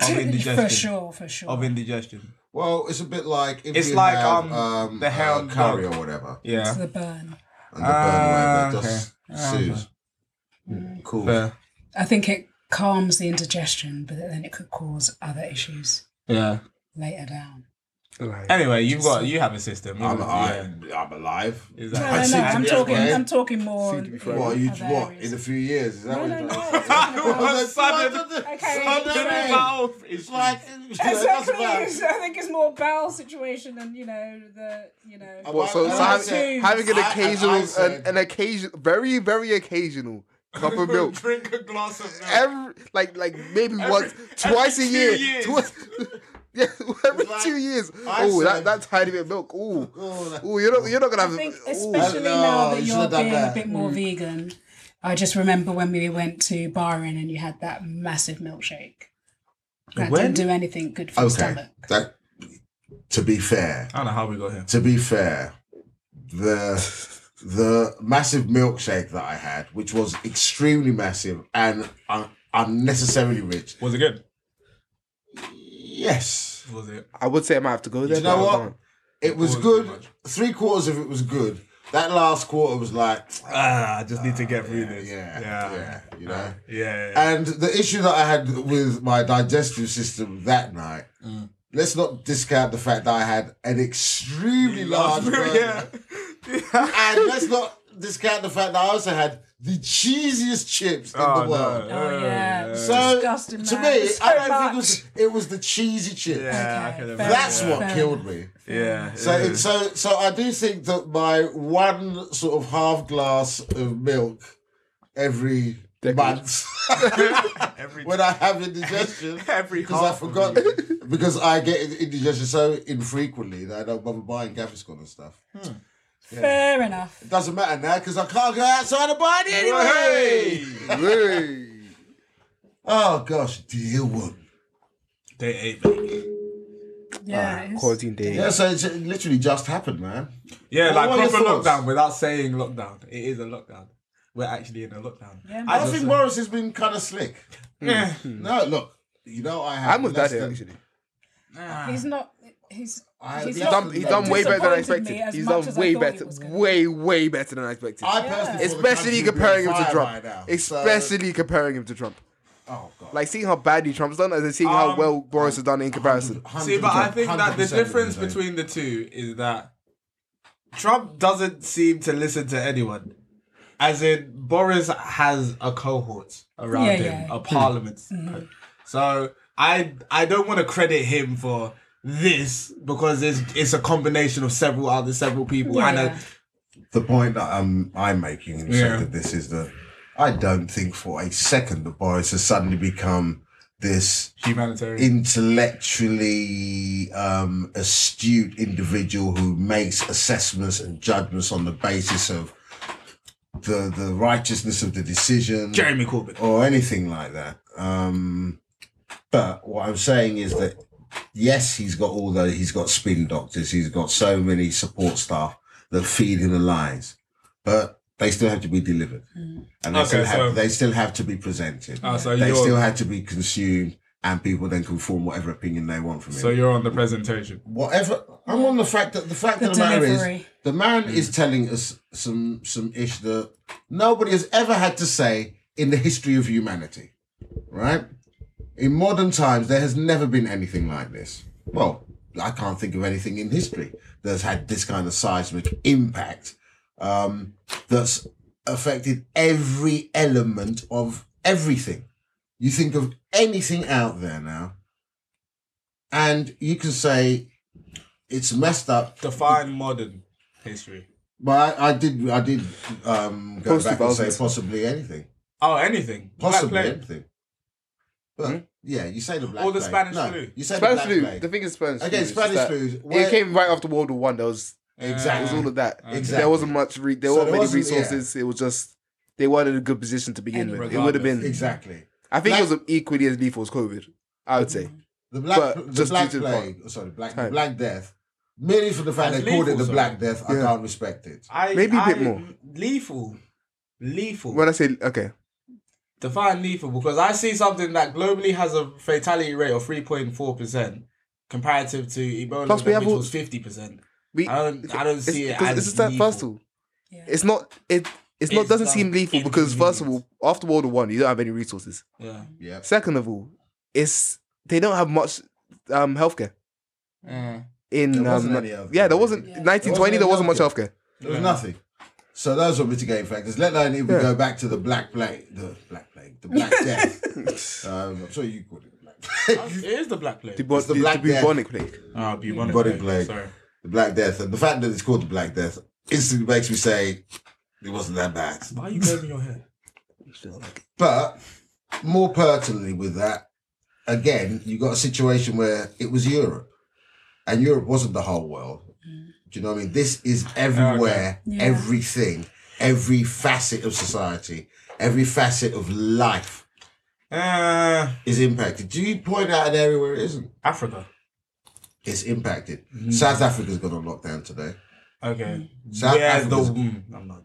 of indigestion.
For sure, for sure.
Of indigestion.
Well, it's a bit like if
It's
you
like,
have,
um,
um,
the
uh,
hound
curry
dog.
or whatever,
It's
Yeah.
the burn.
and the burn
Ah,
whatever, just
okay. Ah,
soothes.
okay.
Mm.
Cool.
Fair.
I think it calms the indigestion, but then it could cause other issues
Yeah.
later down.
Like,
Anyway, you've got you have a system.
I'm,
Yeah. <laughs>
I'm, I'm alive.
No,
Exactly.
no,
seem
no.
to
I'm
be
talking.
okay.
I'm talking more.
Seem to be
in
fine.
<laughs> What,
other
you, what,
areas.
in a few years? Is that
No,
<laughs> what
no,
you're
no.
trying
I'm
to
<laughs>
say?
talking about-
Well, sudden-
Okay,
Sudden
sorry.
bowel
It's <laughs> like, <laughs>
Exactly.
that's
it's- <laughs> I think it's more bowel situation than you know the you know.
Oh,
Well, so,
I-
so
I
having,
said-
having an
I- I- I
occasional, an,
said-
an occasion, very, very occasional cup
<laughs>
of
<laughs>
milk
Drink a glass of milk.
every, like, like maybe
Every-
once,
every
twice a
two
year,
years.
twice, <laughs> yeah, every
Like
two years.
I
Oh, that,
said-
that tiny bit of milk. Oh,
Oh, that-
oh, you're not, you're not gonna
I
have.
think,
ooh.
especially
Oh,
now
no,
that
you
you're
should've done
being a
that. Mm.
bit more vegan, I just remember when we went to Bahrain and you had that massive milkshake. That
When?
didn't do anything good for the
Okay.
stomach.
That, to
<laughs>
be fair,
I don't know how we got here.
to be fair, the the massive milkshake that I had, which was extremely massive and un- unnecessarily rich.
Was it good?
Yes,
Was it?
I would say I might have to go there.
you know
but I
what?
can't.
it was
It wasn't
good.
much.
Three quarters of it was good. That last quarter was like,
Ah, I just need to get through
yeah,
this.
yeah,
yeah,
yeah, you know.
yeah. yeah, yeah.
And the issue that I had with my digestive system that night,
Mm.
let's not discount the fact that I had an extremely large burger.
<laughs> <laughs> yeah.
And let's not discount the fact that I also had the cheesiest chips in
Oh,
the
no.
world.
Oh, yeah.
So
Disgusting,
to
man.
me,
So
I don't think
much.
it was, it was the cheesy chips.
Yeah, I
Okay,
can
fair
That's
Yeah.
what
Fair
killed
enough.
me.
Yeah.
So, it- so, so I do think that my one sort of half glass of milk every
Decade.
month
<laughs> every
when I have indigestion,
<laughs> every
because I
half of
forgot,
you.
because I get indigestion so infrequently that I don't bother buying Gaviscon and stuff.
Fair enough.
It doesn't matter now because I can't go outside and buy it anyway.
Hey!
<laughs> Hey.
Oh gosh, dear one.
Day eight, mate.
Yeah. it is.
Quarantine day.
Yeah, so it's, it literally just happened, man.
Yeah,
What
like
were your
proper
thoughts?
lockdown without saying lockdown. It is a lockdown. We're actually in a lockdown.
Yeah,
I,
man.
think Morris has been kind of slick.
Yeah.
No, look, you know I have.
I'm with
less
that here,
than-
actually.
He's not. He's.
I-
he's
He's
not
Done, he's done way better than I
disappointed me
expected.
as
He's
much
done
as I
way
thought he
better,
was gonna.
way, way better than I expected.
I
Yeah.
personally, thought the
Especially
country would be on
comparing him to
fire
Trump.
right now. So-
Especially comparing him to Trump.
oh god,
Like seeing how badly Trump's done, and then seeing how
Um,
well Boris has done in comparison.
100%,
See, but I think that the
100%
difference
would be
between the two is that Trump doesn't seem to listen to anyone. As in, Boris has a cohort around
Yeah,
him,
yeah. Mm-hmm.
a parliament. So I I don't want to credit him for this because it's it's a combination of several other several people
Yeah,
and a,
yeah.
the point that I'm I'm making in the
Yeah.
sense of this is that I don't think for a second that Boris has suddenly become this
humanitarian.
intellectually um, astute individual who makes assessments and judgments on the basis of the the righteousness of the decision
Jeremy Corbyn.
or anything like that. Um, but what I'm saying is that yes, he's got all the he's got spin doctors, he's got so many support staff that feed him the lies, but they still have to be delivered, and they
Okay,
still have
so-
they still have to be presented.
Oh, so
they
you're-
still have to be consumed, and people then can form whatever opinion they want from it.
So you're on the presentation.
whatever. I'm on the fact that the fact
The
of the matter is
delivery.
the man is telling us some some ish that nobody has ever had to say in the history of humanity, right? In modern times, there has never been anything like this. Well, I can't think of anything in history that's had this kind of seismic impact um, that's affected every element of everything. You think of anything out there now, and you can say it's messed up,
Define modern history.
but I, I did, I did um, go
Possibly
back and say
both.
possibly anything,
Oh, anything. Black
possibly
plague.
anything. But yeah, you say the black
Or the
plague.
Spanish
no,
flu.
You say
Spanish
the
flu.
black
The
plague.
thing is, Spanish flu.
Okay,
is
Spanish
that
flu. Ah,
It came right after World War One. There was, it was
exactly.
all of that.
Okay.
There wasn't much. Re- there
So
weren't
there
many
wasn't- yeah.
resources. It was just they weren't in a good position to begin
And
with. It would have been.
exactly.
I think it
Black-
was equally as lethal as COVID. I would
Mm.
say.
The black,
But
the
just
black
due to the
plague. oh, sorry, black, the
Time.
black death. Merely for the fact
That's
they called it
lethal,
the
sorry.
black death, I
Yeah.
can't respect it.
I,
Maybe a bit
I-
more.
Lethal. Lethal.
When I say okay,
Define lethal because I see something that globally has a fatality rate of 3.4% comparative to Ebola,
Plus we have
which
all-
was 50%.
we.
I don't, I don't
it's,
see it
'cause
as
it's just that
lethal.
first of all,
Yeah.
it's not it. It's not
It's
doesn't
like
seem lethal because first of all,
inconvenience.
after World War One, you don't have any resources.
Yeah.
Yeah.
Second of all, it's they don't have much um healthcare.
Yeah.
in
There wasn't
um,
any healthcare.
yeah, there wasn't
Yeah.
1920.
There
There wasn't
wasn't
much
any
healthcare.
There was nothing. So those were mitigating factors. Let alone if we go back to the Black Plague, the Black Plague, the
<laughs>
Black Death. um, I'm sure you called it the Black Plague.
It is the black plague.
The, bu-
It's the
the- the
Black Death.
bubonic plague.
Ah, bubonic
Bubonic plague.
plague. Sorry.
the Black Death. And the fact that it's called the Black Death instantly makes me say it wasn't that bad.
Why are you combing your hair?
But more pertinently with that, again, you got a situation where it was Europe. And Europe wasn't the whole world. Do you know what I mean? This is everywhere,
Yeah.
everything, every facet of society, every facet of life
Uh,
is impacted. Do you point out an area where it isn't?
Africa.
It's impacted. South Africa's got a lockdown today.
Okay.
South
yeah, the,
Africa's-
mm, I'm not.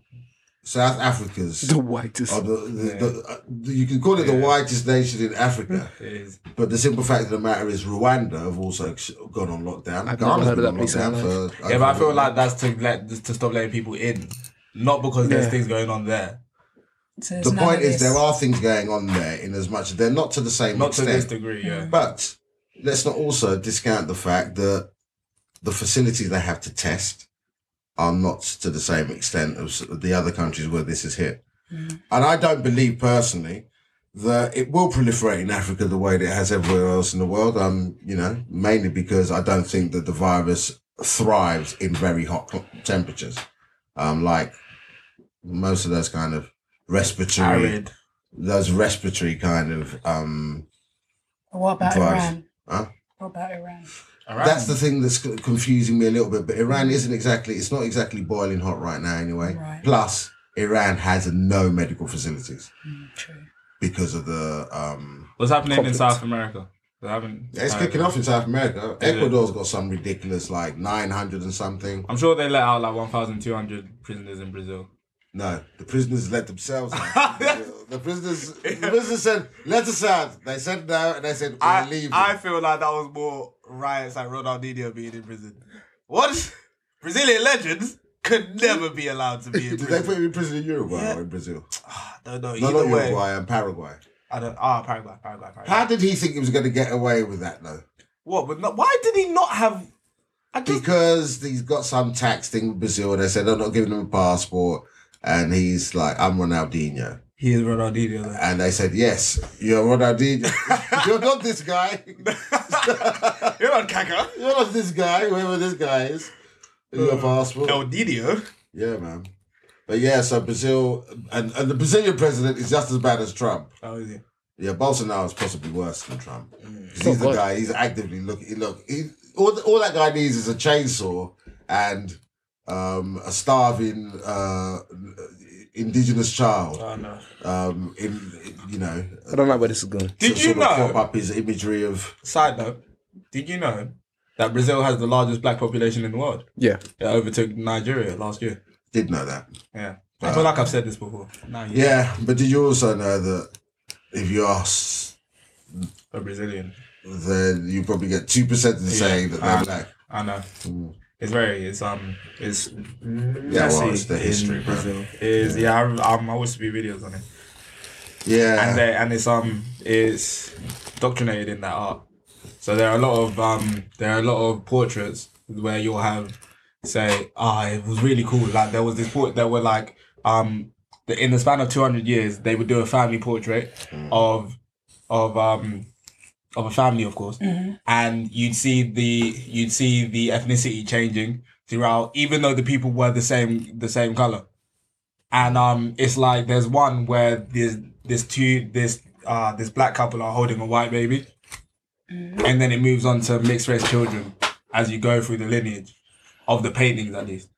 South Africa's
The whitest.
Or Oh, the, the,
Yeah.
the, uh, you can call it the
Yeah.
whitest nation in
<laughs>
Africa,
It is.
but the simple fact of the matter is Rwanda have also sh- gone on lockdown.
I've
Ghana's
never heard of
been
that
on
place in my
lockdown for-
Yeah, but I feel like that's to let to stop letting people in, not because there's
Yeah.
things going on there,
So
the point is there are things going on there in as much they're not to the same
not to
extent.
this degree. Yeah.
But let's not also discount the fact that the facilities they have to test are not to the same extent of s- the other countries where this is hit.
Mm.
And I don't believe personally that it will proliferate in Africa the way that it has everywhere else in the world. Um, you know, mainly because I don't think that the virus thrives in very hot cl- temperatures. Um, like most of those kind of respiratory,
Arid.
those respiratory kind of um,
What about
Drive.
Iran?
Huh?
What about Iran?
Around.
That's the thing that's c- confusing me a little bit. But Iran isn't exactly, it's not exactly boiling hot right now anyway.
Right.
Plus, Iran has no medical facilities
Mm, true.
because of the. Um,
What's happening
Conflict.
in South America? They haven't.
yeah, it's
uh,
kicking off in South America.
Is it?
Ecuador's got some ridiculous, like 900 and something.
I'm sure they let out like 1,200 prisoners in Brazil.
No, the prisoners let themselves
<laughs>
out. the prisoners the prisoners said, let us out. They said no, and they said, we're leaving.
feel like that was more riots like Ronaldinho being in prison. What <laughs> is Brazilian legends could never be allowed to be
<laughs>
in
Did they put him in prison in Uruguay or in Brazil?
don't know.
No, not Uruguay, and Paraguay.
I don't. Ah, Paraguay, Paraguay, Paraguay.
How did he think he was going to get away with that, though?
What? But not, why did he not have? I just
because he's got some tax thing with Brazil. They said I'm not giving him a passport, and he's like, "I'm Ronaldinho,"
he is Ronaldinho. though.
and they said, "Yes, you're
<laughs>
Ronaldinho. you're not this guy.
<laughs> You're not Kaka.
You're not this guy. Whoever this guy is,
Hmm.
your passport."
Ronaldinho.
Yeah, man. But yeah, so Brazil and, and the Brazilian president is just as bad as Trump.
Oh, is he?
Yeah, Bolsonaro is possibly worse than Trump.
Hmm.
'Cause
Oh,
He's the
God.
guy. He's actively looking. Look, he, all, all that guy needs is a chainsaw and um, a starving uh, indigenous child.
Oh no.
Um, in you know,
I don't know where this is going.
Did
to
you
sort of prop
know?
up his imagery of
Side note. Did you know that Brazil has the largest black population in the world?
Yeah.
It overtook Nigeria last year.
did know that.
Yeah. I feel like I've said this before. Now you're
Yeah, but did you also know that if you ask,
a Brazilian.
then you probably get two percent in saying that they're
Ah.
black. Mm.
I know. It's very. It's um. It's
Yeah, well,
messy
it's the
in
history, bro.
Brazil. It Is yeah. I, um, I wish to be videos on it.
Yeah,
and they, and it's um it's doctrinated in that art. So there are a lot of um there are a lot of portraits where you'll have say ah it was really cool like there was this portrait that were like um the, in the span of two hundred years they would do a family portrait of of um of a family of course and you'd see the you'd see the ethnicity changing throughout even though the people were the same the same color and um it's like there's one where there's this two this uh this black couple are holding a white baby and then it moves on to mixed race children as you go through the lineage of the paintings at least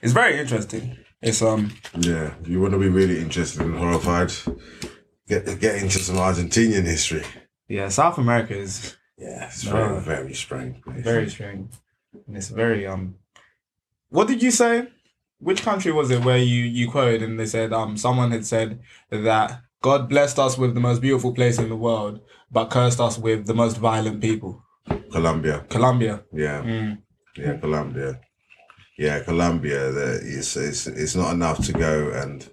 it's very interesting it's um
Yeah, if you want to be really interested and horrified, get get into some Argentinian history.
yeah south america is
Yeah, it's
No.
very very strange. Place.
very strange and it's very um what did you say which country was it where you you quoted and they said um someone had said that god blessed us with the most beautiful place in the world but cursed us with the most violent people
Colombia,
colombia
yeah, yeah, Colombia, yeah, Colombia. the- It's, it's it's not enough to go and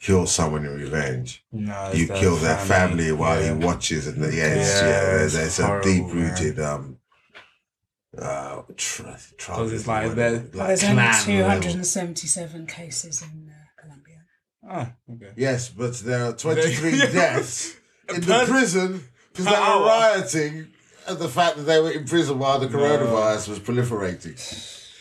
kill someone in revenge.
No,
you kill their family, while he watches, and the, yeah, it's,
Yeah,
yeah, there's,
it's
there's a
horrible,
deep rooted um Oh, tr- tr-
Because it's like they're-
Well, there's only
clan level.
277 cases in uh, Colombia.
Ah, okay.
Yes, but there are
<laughs>
23 deaths in the
Per- <laughs>
prison because
per
they were
hour.
rioting at the fact that they were in prison while the coronavirus was proliferating.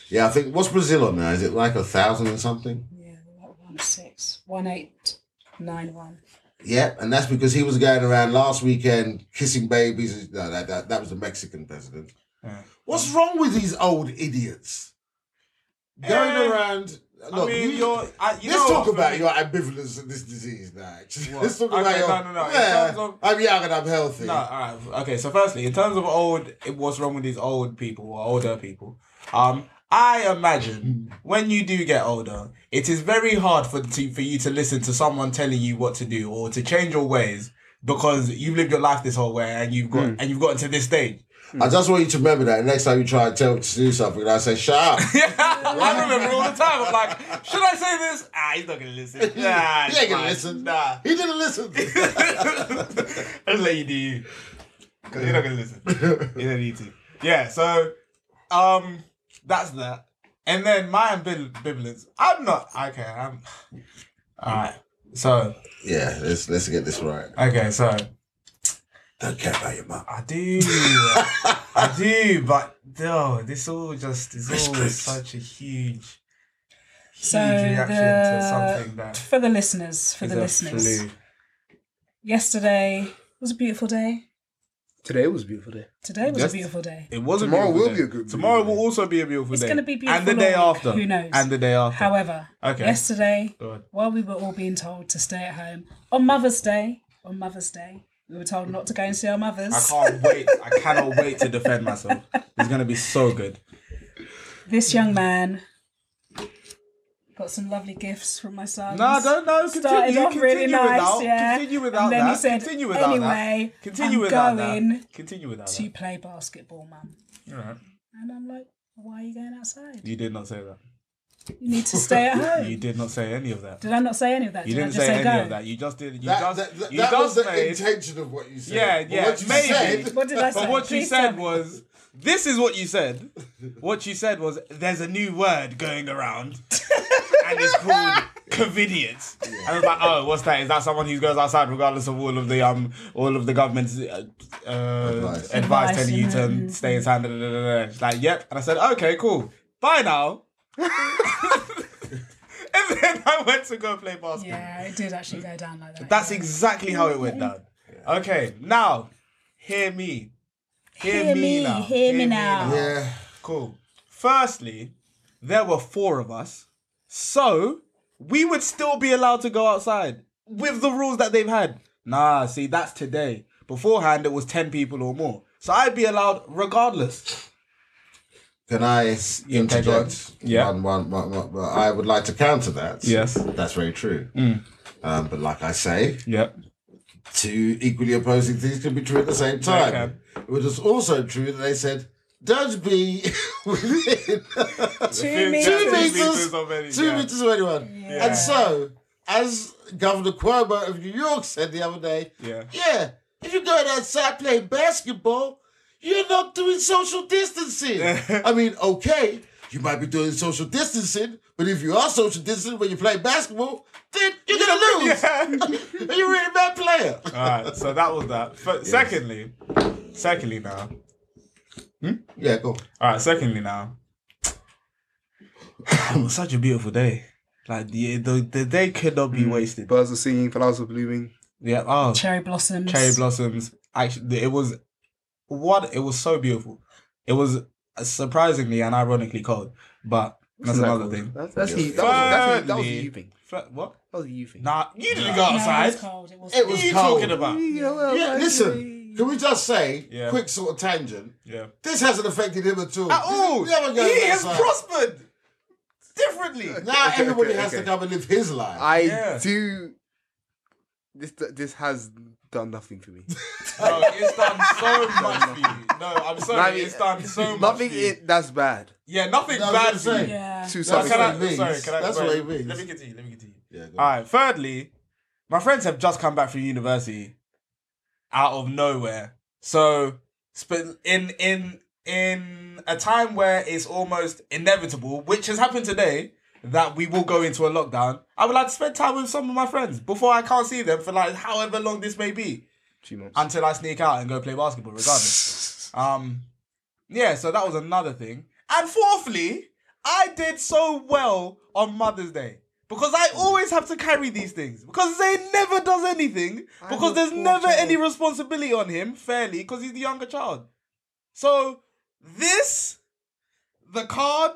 Yeah, I think, what's Brazil on now? Is it like a thousand and something?
Yeah, like one six, one eight, nine one.
Yeah, and that's because he was going around last weekend kissing babies. No, that, that, that was the Mexican president.
Yeah.
What's wrong with these old idiots? Going
Eh,
around.
I
Look,
mean,
you-
you're. I, you
Let's
know
talk
what,
about
for me-
your ambivalence in this disease now. Actually. <laughs>
What?
Let's talk
Okay,
about your.
no, no, no. In
Yeah,
terms of-
I'm young and I'm healthy.
No, all right. Okay, so firstly, in terms of old, what's wrong with these old people or older people? Um, I
Hmm.
imagine when you do get older, it is very hard for to, for you to listen to someone telling you what to do or to change your ways because you've lived your life this whole way and you've
Hmm.
got and you've gotten to this stage.
I just want you to remember that next time you try and tell me to do something, I say, "Shut
<laughs>
up."
Yeah, I remember all the time. I'm like, should I say this? Ah, he's not gonna listen.
<laughs>
Nah,
he ain't gonna
fine.
listen.
Nah,
he didn't
<laughs>
listen.
I'll let you do you. Because you're not going to listen. you don't need to. Yeah, so um, that's that. And then my ambival- ambivalence. I'm not. Okay, I'm. All right. So,
yeah, let's let's get this right.
okay, so
Don't care about your mum.
I do. I do, but no, this all just is all
Restrict.
such a huge, huge
So
reaction to
the-
something that
For the listeners, for
is
the listeners.
absolute-
Yesterday was a beautiful day.
Today was a beautiful day.
Today was
Yes.
a beautiful day.
It was
Tomorrow
beautiful
will
day.
be a good-
Tomorrow will also be a beautiful
It's
day.
going to be beautiful.
And the
all
day
week.
after.
Who knows?
And the day after.
However,
Okay.
yesterday,
Go on.
while we were all being told to stay at home on Mother's Day, on Mother's Day, we were told not to go and see our mothers.
I can't wait. I cannot wait to defend myself. It's gonna be so good.
This young man got some lovely gifts from my sons.
No, don't no. Continue.
Started off
continue
really nice,
without.
yeah.
Continue without
and then
that.
he said,
continue without
anyway,
that. Continue
I'm
without
going
that. Continue without
to play basketball, mum.
that. Alright.
And I'm like, why are you going outside?
You did not say that.
You need to stay at
<laughs> You
home.
did not say any of that.
Did I not say any of that?
You
Did I
didn't
just
say any
go?
of that. You just did. You
That,
just.
that, that,
you
that was
just
the
made.
intention of what you said.
Yeah,
But
yeah,
What you
maybe.
said,
What did I say?
But what you
Please
said
tell me.
was, this is what you said. What you said was, there's a new word going around, and it's called covidiot. And I was like, oh, what's that? Is that someone who goes outside regardless of all of the um, all of the government's uh, uh,
Advice.
advice. telling you to
Advice,
stay inside? Da, da, da, da, da. She's like, yep. And I said, okay, cool. Bye now. <laughs> and then I went to go play basketball.
Yeah, it did actually go down like that.
That's
yeah.
exactly how it went down. Okay, now hear me. Hear,
Hear
me,
me,
now.
hear me now.
yeah.
Cool. Firstly, there were four of us, so we would still be allowed to go outside with the rules that they've had. Nah, see, that's today. Beforehand, it was ten people or more, so I'd be allowed regardless.
Can I s- interject?
go on. Yeah.
One, one, one, one, one- I would like to counter that.
Yes.
That's very true.
Mm.
Um, but like I say,
Yep.
two equally opposing things can be true at the same time. Which is also true that they said, don't be <laughs>
<laughs>
within
Two
<laughs> two
meters.
meters,
of any-
two
yeah.
meters of anyone. And so, as Governor Cuomo of New York said the other day,
Yeah. <laughs>
yeah, if you're going outside playing basketball, you're not doing social
<laughs>
distancing. I mean, okay, you might be doing social distancing, but if you are social distancing when you play basketball, then you're gonna lose.
<laughs> Yeah.
Are you really a bad player?
<laughs> All right, so that was that. But secondly, secondly now,
Yeah, go.
all right, secondly now, <sighs> it was such a beautiful day. Like the the, the day could not be wasted.
Birds were singing, flowers were blooming.
Yeah. Oh,
Cherry blossoms.
cherry blossoms. Actually, it was what it was so beautiful. It was surprisingly and ironically cold, but that's
Isn't that
another
cool?
thing.
That's, that's, the- that, was, that's the- that was the
Thirdly-
you thing.
Fla- What?
That was the you thing.
Nah, you
Nah.
didn't go
No,
outside.
It was cold. It was,
It
what
was
are you
cold.
talking about?
Yeah, listen. Can we just say,
Yeah.
quick sort of tangent?
Yeah.
This hasn't affected him at all.
At all.
He's never
He
going
has
outside.
prospered differently.
Now
Okay,
everybody
okay,
has to
okay.
come and live his life.
I
Yeah.
do. This this has done nothing for me.
No, it's done <laughs> so much for you. No, I'm sorry,
Nothing-
it's done <laughs> so much.
nothing
for you.
in- that's bad.
yeah, nothing
No, I was
bad
gonna
for
say.
you.
yeah.
To
No,
some
That's what
can I,
extent.
it means.
Sorry, can I?
That's
sorry,
what it means.
Let me continue. Let me continue.
yeah, go.
All right. Thirdly, my friends have just come back from university, out of nowhere. So, sp- in in in a time where it's almost inevitable, which has happened today, that we will go into a lockdown, I would like to spend time with some of my friends before I can't see them for like however long this may be
Two months.
until I sneak out and go play basketball, regardless. um, yeah, so that was another thing. And fourthly, I did so well on Mother's Day because I always have to carry these things because Zay never does anything because there's never any responsibility on him fairly because he's the younger child. So this, the card,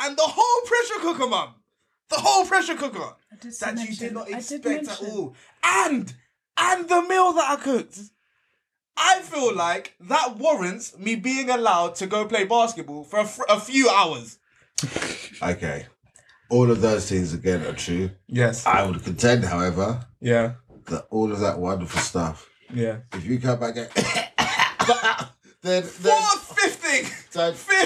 and the whole pressure cooker, mum. The whole pressure cooker
I did
that you
mention-
did not
I did
expect at
mention-
all. And and the meal that I cooked. I feel like that warrants me being allowed to go play basketball for a, fr- a few hours.
Okay. All of those things again are true.
Yes.
I would contend, however,
Yeah.
that all of that wonderful stuff,
Yeah.
if you come back and <coughs> then, then,
Fourth, fifth thing.
then
Fifth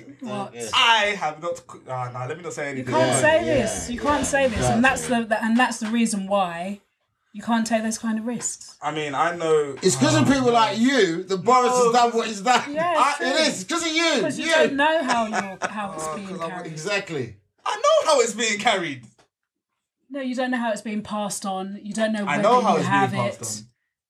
thing.
What?
Yeah.
I have not. coo- Ah, no. Let me not say
You
anything.
can't
Yeah,
say
yeah,
this. You
yeah,
can't say this, and that's
exactly.
the, the and that's the reason why you can't take those kind of risks.
I mean, I know. uh,
It's because of people like you that Boris has done what he's done.
Yeah,
I-
it's
it
true.
is because of you.
Because you
you.
don't know how you're how it's being
<laughs> 'Cause I'm-
carried.
exactly.
I know how it's being carried.
No, you don't know how it's being passed on. You don't know
I
whether
know how
you
it's
have
being
it.
passed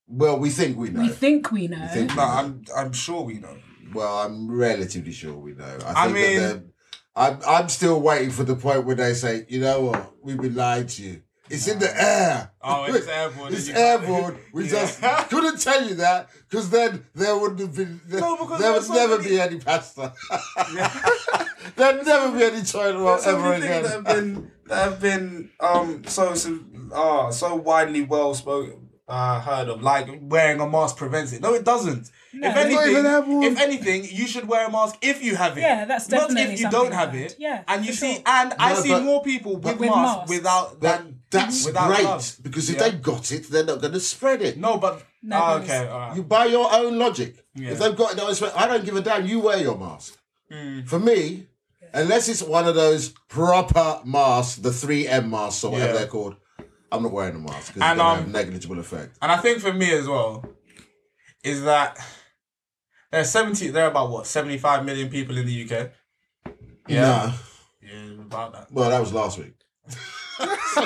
Well, we think we know.
We think we know. <laughs>
think-
on. No, I'm. I'm sure we know.
well, I'm relatively sure we know. I
I
think
mean-
that they're- I'm, I'm still waiting for the point where they say, you know what, we've been lying to you. It's in the air.
Oh,
<laughs>
it's airborne.
It's
You can't-
airborne. We
<laughs> Yeah.
just couldn't tell you that because then there wouldn't have been. There,
No, because
there
there's
would
so
never
many-
be any pasta.
Yeah.
<laughs> There'd never be any China roll
There's so
ever
many
again.
things that have been that have been um so so uh, so widely well spoken uh, heard of like wearing a mask prevents it. No, it doesn't. if
it's
not even that
anything,
one.
if anything, you should wear a mask if you have it.
Yeah, that's
not
definitely
if you
something
don't have
I've heard.
it.
Yeah,
and you
for
see,
sure.
and I
No,
see
but-
more people with,
with
masks,
masks.
without
That,
than
that's
without
great
gloves.
because if
Yeah.
they've got it, they're not going to spread it.
No, but
No,
Ah,
there
okay,
is.
all right.
You buy your own logic.
Yeah.
If they've got it, I swear- I don't give a damn. You wear your mask.
Hmm.
For me, unless it's one of those proper masks, the 3M masks or whatever
Yeah.
they're called, I'm not wearing a mask because
And,
it's going
um,
to have negligible effect.
And I think for me as well, is that there's seventy. There are about what seventy five million people in the UK.
No.
Yeah, about that.
Well, that was last week.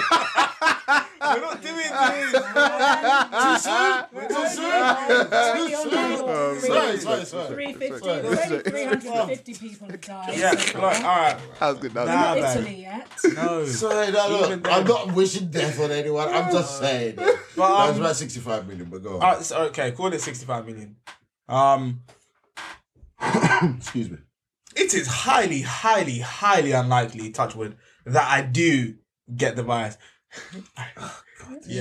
We're not doing this.
Too soon? Too soon? Too soon? Sorry, sorry, sorry.
350,
Sorry.
there's only 350 people have died.
Yeah, like, all right.
How's good now?
Nah, man.
Italy yet.
No.
Sorry, no,
Hmm. Even
look,
then.
I'm not wishing death on anyone. I'm just
<laughs>
saying. That
But,
was
um,
about 65 million, but go on.
all right, so, okay, call it 65 million. Um, uh,
<coughs> Excuse me.
it is highly, highly, highly unlikely, touch wood, that I do get the virus.
Her
You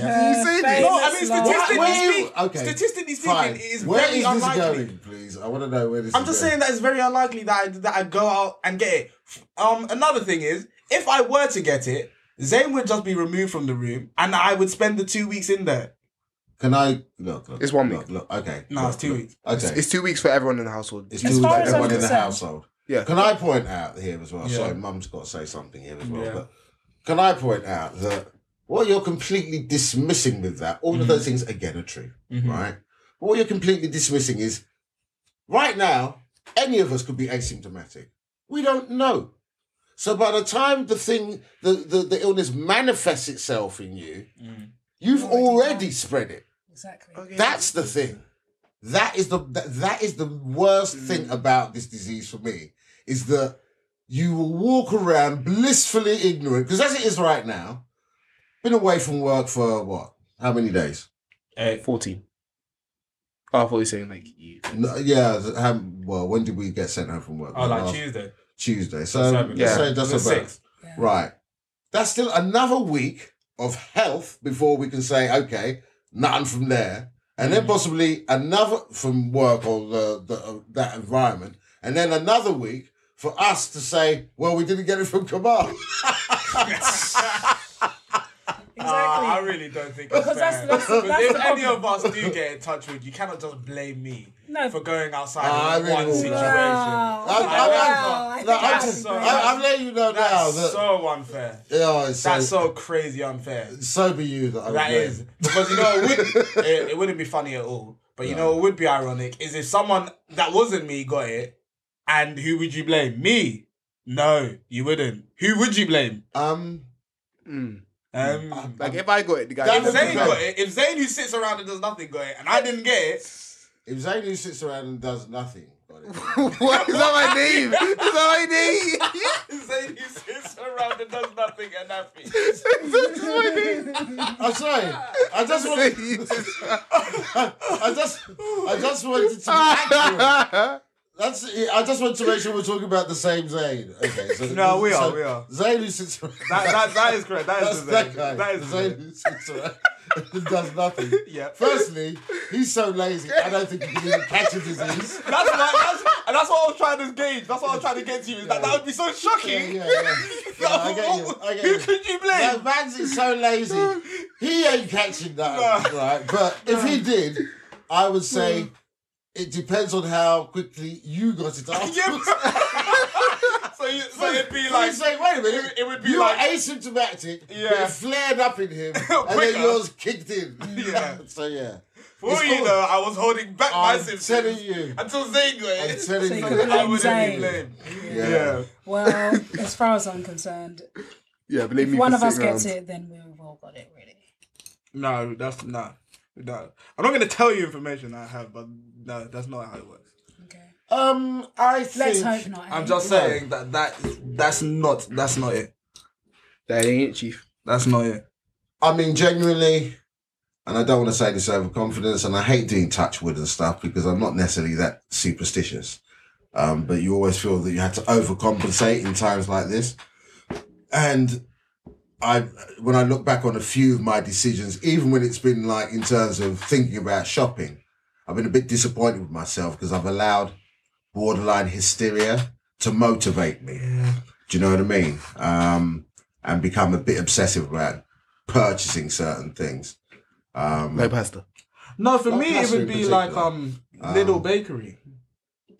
famous
say this.
No, I mean,
line.
statistically
Where-
speaking,
okay,
statistically speaking,
Fine.
it is
Where is
very
this
unlikely.
going, please? I want to know where this
I'm
is
just
going.
saying that it's very unlikely that I, that I go out and get it. Um, another thing is, if I were to get it, Zayn would just be removed from the room, and I would spend the two weeks in there.
Can I look? look
It's one
look,
week.
Look, okay.
No,
look,
it's two
look.
weeks.
Okay,
It's two weeks for everyone in the household.
it's
As
two
far
weeks.
as
Everyone
I'm
in the
concerned-
household.
Yeah.
Can I point out here as well?
Yeah.
Sorry, Mum's got to say something here as well.
Yeah.
But can I point out that what you're completely dismissing with that, all
Mm-hmm.
of those things again are true, right? But what you're completely dismissing is right now, any of us could be asymptomatic. We don't know. So by the time the thing, the, the, the illness manifests itself in you,
Mm.
you've
Already
already
done.
spread it.
Exactly.
That's the thing. That is the that, that is the worst
Mm.
thing about this disease for me is that you will walk around blissfully ignorant because as it is right now, been away from work for what? How many days?
Hey,
14. Oh, I thought you were saying like you.
No, yeah, how, well, when did we get sent home from work?
oh, like
Last
Tuesday.
Tuesday. So
Seven.
let's
Yeah.
say that's
The
about
sixth.
Yeah.
right. That's still another week of health before we can say okay, nothing from there, and then possibly another from work or the, the uh, that environment, and then another week for us to say, well, we didn't get it from Kamal. <laughs>
Exactly.
Uh, I really don't think it's
Because that's-
fair.
that's-
Because
that's
if
the
any
problem.
of us do get in touch with you, cannot just blame me
No.
for going outside
I
in
really
one
will.
situation.
Wow.
I'm,
I
Wow,
I'm,
I
no,
think
I'm,
that's
just-
so-
I'm, I'm letting you know now
That's
that
so unfair.
yeah, it's
That's
so,
so crazy unfair.
so be you that I'm
That
going.
is because you know it, would, it, it wouldn't be funny at all. But you know what would be ironic is if someone that wasn't me got it And who would you blame? Me? No, you wouldn't. Who would you blame?
Um, Hmm.
Um,
mm. Like if I got it, the guy.
That
if
would be
Zayn
Zane
got it, if Zayn who sits around and does nothing got it, and I didn't get it,
if Zayn who sits around and does nothing, got it.
<laughs> what is that my name? Is that my name?
Zayn who sits around and does nothing and happy.
That's my name.
I'm sorry. I just
<laughs>
want. I just. I just wanted to. Be accurate. That's. I just want to make sure we're talking about the same Zayn. Okay. So,
<laughs> No, we are,
so
we are.
Zayn who sits around.
<laughs>
<laughs>
That, that, that is correct. That
that's
is the
that
Zayn.
guy.
That is the
Zayn
Zayn.
who sits around and does nothing.
<laughs> Yeah.
Firstly, he's so lazy. I don't think he can even catch a
<laughs>
disease.
<laughs> That's what, that's, and that's what I was trying to gauge. That's what I was trying to get to you. Is that that would be so
Yeah,
shocking.
yeah, yeah.
Like,
I get you,
<laughs> what-
I get
who
you.
could you blame?
That man's is so lazy. He ain't catching that,
No. Hmm.
right? But if he did, I would say it depends on how quickly you got it up.
<laughs> Yeah, but- so, you, so it'd be like,
say, wait a minute,
it would be
you were
like-
asymptomatic, but
Yeah.
it flared up in
<laughs>
him, and
Quicker.
then yours kicked in.
<laughs> Yeah.
<laughs> so yeah,
for
it's
you
called-
know, I was holding back my
I'm
symptoms
telling you,
until Zayn got
I'm
<laughs> it.
telling
So
you.
you could-
I wouldn't be
Zayn.
blamed.
Yeah.
yeah.
Well, as far as I'm concerned,
Yeah, blame
if
me.
one
for
of us
sitting
gets
around.
it, then we've all got it, really.
No, that's no, no. I'm not gonna tell you information I have, but no, that's not how it works.
Okay.
Um, I
Let's
think
hope not.
I'm
eh?
just saying that that that's not that's not it.
That ain't chief.
That's not it.
I mean, genuinely, and I don't want to say this over confidence, and I hate doing touch wood and stuff because I'm not necessarily that superstitious. Um, but you always feel that you had to overcompensate in times like this. And I, when I look back on a few of my decisions, even when it's been like in terms of thinking about shopping, I've been a bit disappointed with myself because I've allowed borderline hysteria to motivate me. Do you know what I mean? Um, and become a bit obsessive about purchasing certain things. Um,
No pasta.
No, for
Not
me it
pasta
would
in
be
particular.
like um little bakery.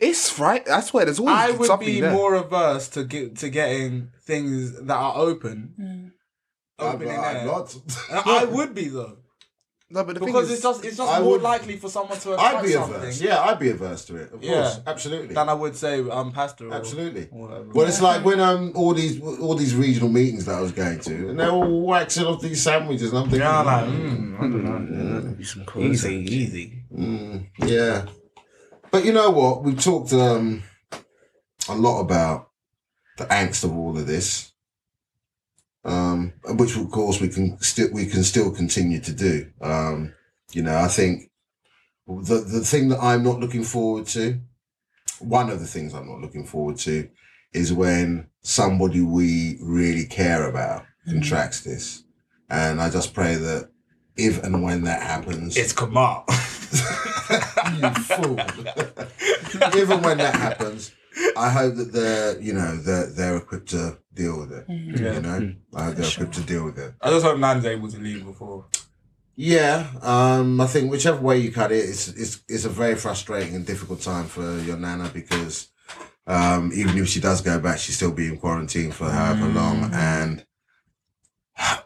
It's right. That's why there's always
I would
something
be
there.
more averse to get to getting things that are open.
Mm.
I'm,
open in
I'm
there.
not.
And I would be though,
No, but the
because it's
thing is, <laughs>
just it's just
I
more
would-
likely for someone to attract
<laughs> I'd be
something
averse. Yeah, I'd be averse to it. Of
Yeah.
course, absolutely,
than I would say um pasta. Or,
absolutely.
or whatever.
Well, it's like when um all these all these regional meetings that I was going to, and they're all waxing off these sandwiches, and I'm thinking, "Hmm,
Yeah, like mm,
<laughs> easy, <laughs> easy.
Mm, yeah. But you know what? We've talked um, a lot about the angst of all of this, um, which of course we can still we can still continue to do. Um, you know, I think the the thing that I'm not looking forward to, one of the things I'm not looking forward to, is when somebody we really care about contracts this, and I just pray that if and when that happens,
it's Kamal.
<laughs>
<laughs>
you fool. <laughs> Even when that happens, I hope that they're, you know, they're, they're equipped to deal with it. You know, I hope they're equipped to deal with it.
I just hope Nan's able to leave before.
Yeah, um, I think whichever way you cut it, it's, it's it's a very frustrating and difficult time for your nana because um, even if she does go back, she's still be in quarantine for however long, and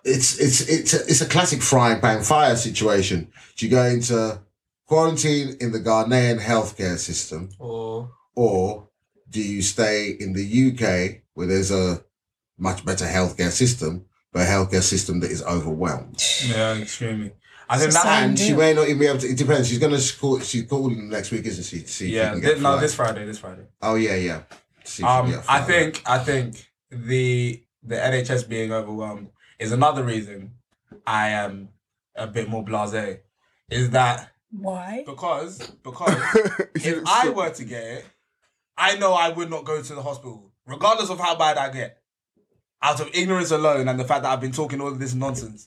it's it's it's a, it's a classic frying pan fire situation. You go into quarantine in the Ghanaian healthcare system,
Or
or do you stay in the UK where there's a much better healthcare system, but a healthcare system that is overwhelmed?
yeah, extremely. I think
So
that.
sad.
And she
Yeah.
may not even be able to. It depends. She's gonna call. She's calling next week, isn't she? to see if she
Yeah,
can
thi-
get a
no,
flight?
this Friday, this Friday.
Oh yeah, yeah. See if she can
Um,
get a
I
flight.
think I think the the NHS being overwhelmed is another reason I am a bit more blasé. Is that
Why?
because
<laughs>
because if I were to get it, I know I would not go to the hospital, regardless of how bad I get. Out of ignorance alone and the fact that I've been talking all of this nonsense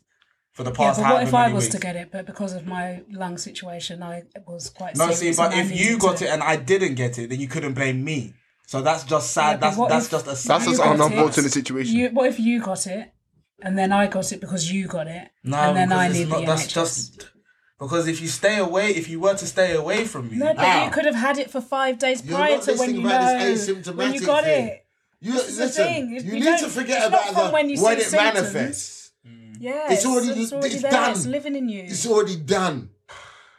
for the
Yeah,
past
but
however
what if I
many
was
weeks.
to get it? But because of my lung situation, I was quite.
No,
serious
see, but
and I
if you
needed
got
to-
it and I didn't get it, then you couldn't blame me. So that's just sad.
Yeah, but
that's
what
that's
if
just a sad.
that's
You
just
got
an
it.
unfortunate situation.
You, what if you got it, and then I got it because you got it,
No,
and then
because
I
it's
need
not-
the
that's
NHS?
just because if you stay away, if you were to stay away from me,
No, but
Ah.
you could have had it for five days
You're
prior
not
to when
listening
you
about
know
this
when you
asymptomatic
got
thing.
it.
you
this is the
listen,
thing, if
You
you
need
don't-
to
it's
forget
not
about
from
the
when you
when
see
it
symptoms.
manifests.
Yeah,
It's already-
it's already
it's
there.
done.
It's living in you.
It's already done.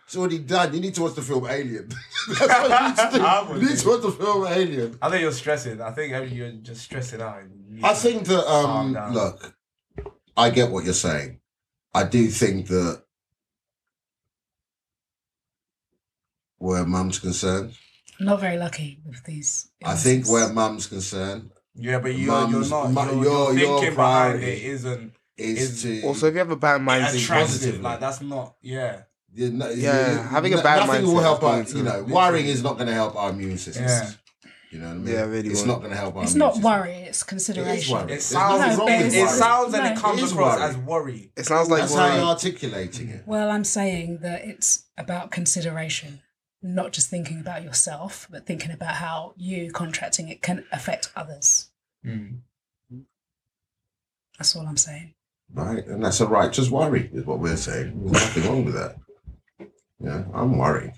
It's already done. You need to watch the film Alien. <laughs> That's what you
<laughs>
I
need to
would
do. You
do.
need to watch the film Alien.
I think you're stressing. I think every- you're just stressing out. and you-
I think that um
Calm down.
look, I get what you're saying. I do think that where mum's concerned,
I'm not very lucky with these.
I think
illnesses.
where mum's concerned
Yeah, but you,
Mum's-
you're not.
mu-
you're,
your-
you're
your
thinking behind it
priority
isn't
is,
Is-
to
Also, if you have a bad mindset,
attractive.
positively.
Like that's not. Yeah,
Yeah, no,
Yeah,
you-
having a
no-
bad
nothing will
mindset
help
is
our,
going to-
you know, worrying is not going to help our immune system.
Yeah.
You know what I mean?
Yeah, it really
It's
won't.
not going to help our
it's
immune
not
system.
worry, it's consideration.
worry.
it
There's
sounds.
nothing wrong
It,
with
it
worry.
sounds and
No.
it comes
It is
across
worry.
as worry.
it sounds like
That's
we're-
how you're articulating it.
Well, I'm saying that it's about consideration, not just thinking about yourself, but thinking about how you contracting it can affect others.
Mm.
That's all I'm saying.
Right, and that's a righteous worry, is what we're saying. There's nothing wrong with that. Yeah, I'm worried.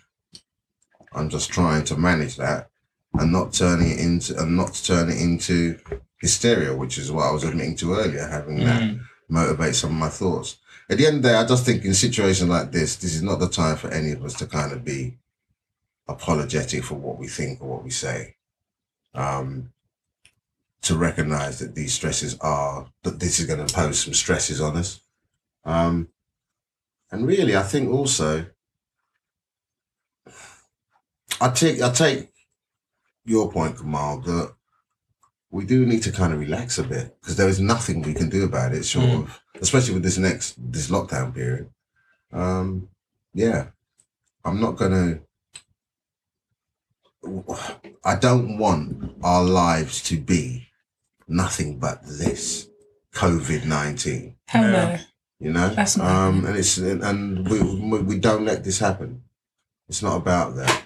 I'm just trying to manage that and not turning it into and not turn it into hysteria, which is what I was admitting to earlier, having that
Mm.
motivate some of my thoughts. At the end of the day, I just think in situations like this, this is not the time for any of us to kind of be apologetic for what we think or what we say. Um, to recognize that these stresses are that this is going to pose some stresses on us. Um, and really, I think also, I take I take your point, Kamal, that we do need to kind of relax a bit because there is nothing we can do about it, sort of, especially with this next this lockdown period. Um, yeah, I'm not gonna. <sighs> I don't want our lives to be nothing but this COVID nineteen.
Yeah.
Hell no.
You know,
That's not
um,
happening.
and it's and we we we don't let this happen. It's not about that,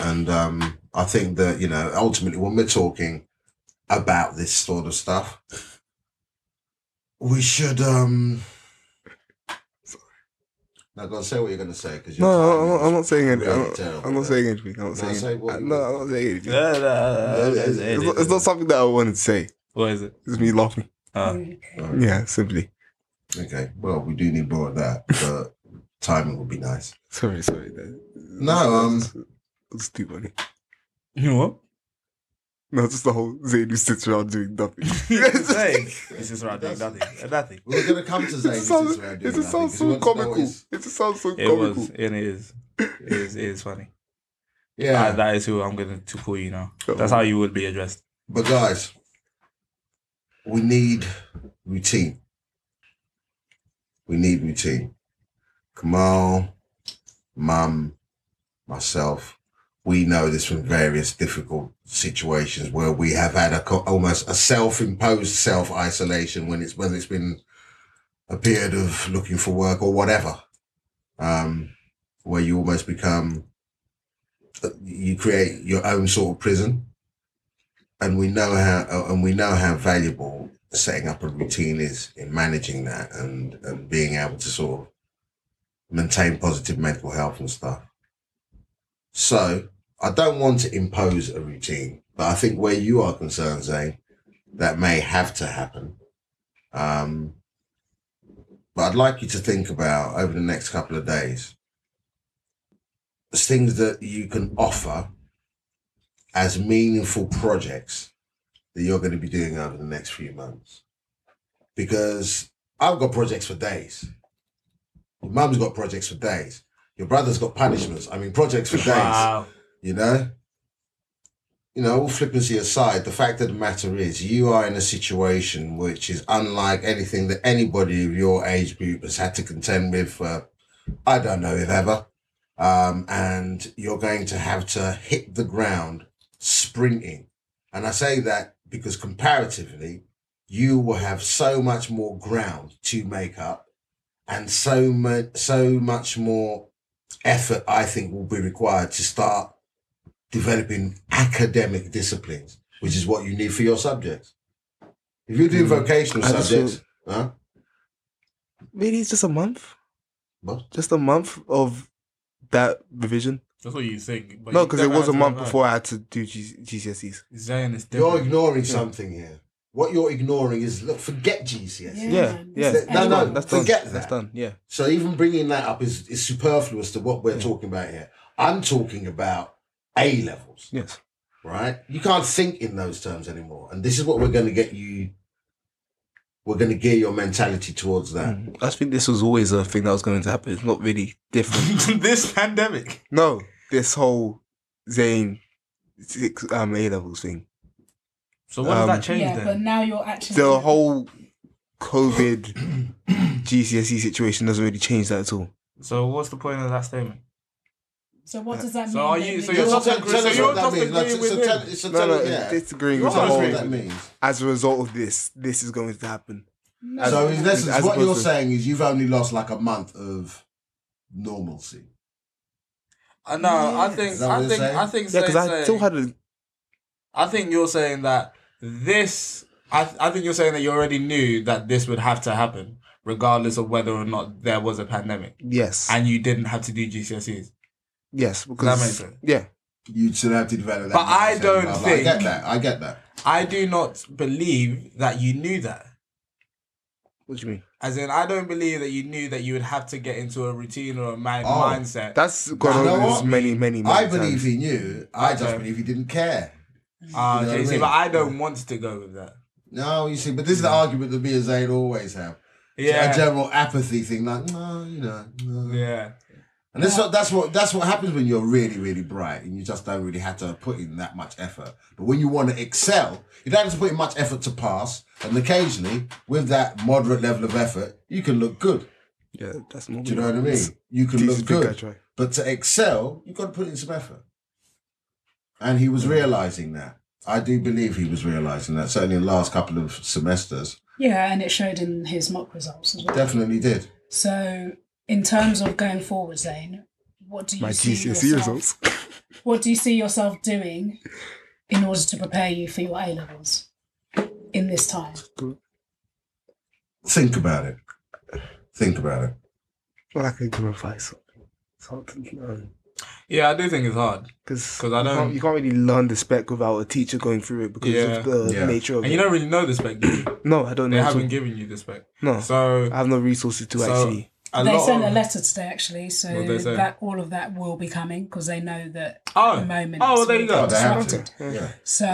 and um, I think that you know ultimately when we're talking about this sort of stuff, we should um. Now go on, say what you're gonna say because
No, I'm not, I'm not saying anything. I'm
Really
not,
terrible,
I'm not
though.
saying anything. I'm not
No,
saying.
say what you
no, I'm not saying anything.
it's,
it's, it's not, it's not something that I wanted to say.
What is it?
It's me laughing.
Uh,
Yeah, simply.
Okay, well we do need more of that, but timing would be nice.
Sorry, sorry. That,
No, um,
it's too funny.
you know what?
No, just the whole Zayn who sits around
<laughs>
doing nothing. <laughs>
Hey, this is right.
That's-
Nothing. Nothing.
We We're gonna come to
It
Zayn.
just sounds, it just sounds so comical. It just sounds so
It
comical.
was and it is. It is, it is funny.
Yeah,
Uh, that is who I'm going to call you now.
Oh.
That's how you would be addressed.
But guys, we need routine. We need routine. Kamal, Mum, myself, we know this from various difficult situations where we have had a co- almost a self-imposed self-isolation when it's whether it's been a period of looking for work or whatever, um, where you almost become uh, you create your own sort of prison and we know how uh, and we know how valuable setting up a routine is in managing that and and being able to sort of maintain positive mental health and stuff so i don't want to impose a routine but i think where you are concerned zane that may have to happen um but i'd like you to think about over the next couple of days things that you can offer as meaningful projects that you're going to be doing over the next few months. Because I've got projects for days. Your mum's got projects for days. Your brother's got punishments. I mean, projects for days.
Wow.
You know? You know, all flippancy aside, the fact of the matter is you are in a situation which is unlike anything that anybody of your age group has had to contend with for, I don't know if ever. Um, and you're going to have to hit the ground sprinting. And I say that because comparatively, you will have so much more ground to make up and so much so much more effort I think will be required to start developing academic disciplines, which is what you need for your subjects. If you're doing
Mm.
vocational
I just
subjects, huh?
Really, it's just a month?
What?
Just a month of that revision?
That's what you think.
no, because it was a month before I had to do G- GCSEs.
Zion is
You're
different.
ignoring something here. What you're ignoring is look, forget GCSE.
Yeah, yeah.
This is
No, no,
anyone.
that's done.
forget
That's
that.
done. Yeah.
So even bringing that up is, is superfluous to what we're talking about here. I'm talking about A levels,
Yes.
right? You can't think in those terms anymore. And this is what we're going to get you. We're going to gear your mentality towards that.
Mm. I think this was always a thing that was going to happen. It's not really
<laughs>
different.
this pandemic.
no, this whole Zane six um, A levels thing.
So what does
Um,
that change
yeah, but
then?
now you're actually
The whole COVID GCSE E situation doesn't really change that at all.
So what's the point of that statement?
So what does that
So
mean?
are
then?
you- so
Because-
you're
So
not
tell-
agree-
tell
so
us
you're
what that
not
means. Like,
agreeing
so- so
with
tell-
him.
so
No,
tell-
no,
yeah.
it's disagreeing
You're
with
Tell
the
not
us what
agreeing.
whole.
that means.
As a result of this, this is going to happen.
No.
As-
So in essence,
as
what you're
opposed to-
saying is you've only lost like a month of normalcy.
Uh, no, I think
Is that what
I
you're
think
saying?
I think
Yeah,
Zane's
because I
saying-
still had a
I think you're saying that this. I, I think you're saying that you already knew that this would have to happen, regardless of whether or not there was a pandemic,
yes,
and you didn't have to do GCSEs.
yes.
That
Because
makes sense.
yeah,
You should have to develop that.
But I
mindset,
don't
blah, blah. I
think-
get that. I get that.
I do not believe that you knew that.
what do you mean?
As in, I don't believe that you knew that you would have to get into a routine or a mind-
Oh,
mindset.
That's gone
know
on this
what?
many, many, many
I believe
times.
he knew. I just
Okay.
believe he didn't care.
Ah,
You know what I
JC,
mean?
but I don't want to go with that.
No, you see, but this is the argument that me and Zayn always have. A
Mm. Yeah,
general apathy thing, like, no, you know. no."
yeah.
And that's what that's what that's what happens when you're really, really bright and you just don't really have to put in that much effort. But when you want to excel, you don't have to put in much effort to pass. And occasionally, with that moderate level of effort, you can look good.
Yeah, that's more.
Do you know what I mean? You can
Jesus,
look
big guy
good.
try.
But to excel, you've got to put in some effort. And he
Mm.
was realizing that. I do believe he was realizing that, certainly in the last couple of semesters.
yeah, and it showed in his mock results as well.
Definitely did.
So in terms of going forward, Zane, what do you
My
see
GCSE
yourself,
E results. <laughs>
What do you see yourself doing in order to prepare you for your A levels in this time?
Think about it. Think about it.
Well, I can glorify something. Something to learn.
Yeah, I do think it's hard.
Because
'Cause I
you,
don't-
can't, you can't really learn the spec without a teacher going through it because
Yeah.
of the
Yeah.
nature of
And you
it.
don't really know the spec, do you?
No, I don't
They
know. at
haven't
all.
given you the spec.
no,
So,
I have no resources to
So-
actually.
a
they
lot
sent
of-
a letter today, actually, so
What'd they say?
that all of that will be coming because they know that at the
Oh,
moment.
oh,
it's
well, there you
all
go.
Oh, they have
disrupted.
to. Yeah.
So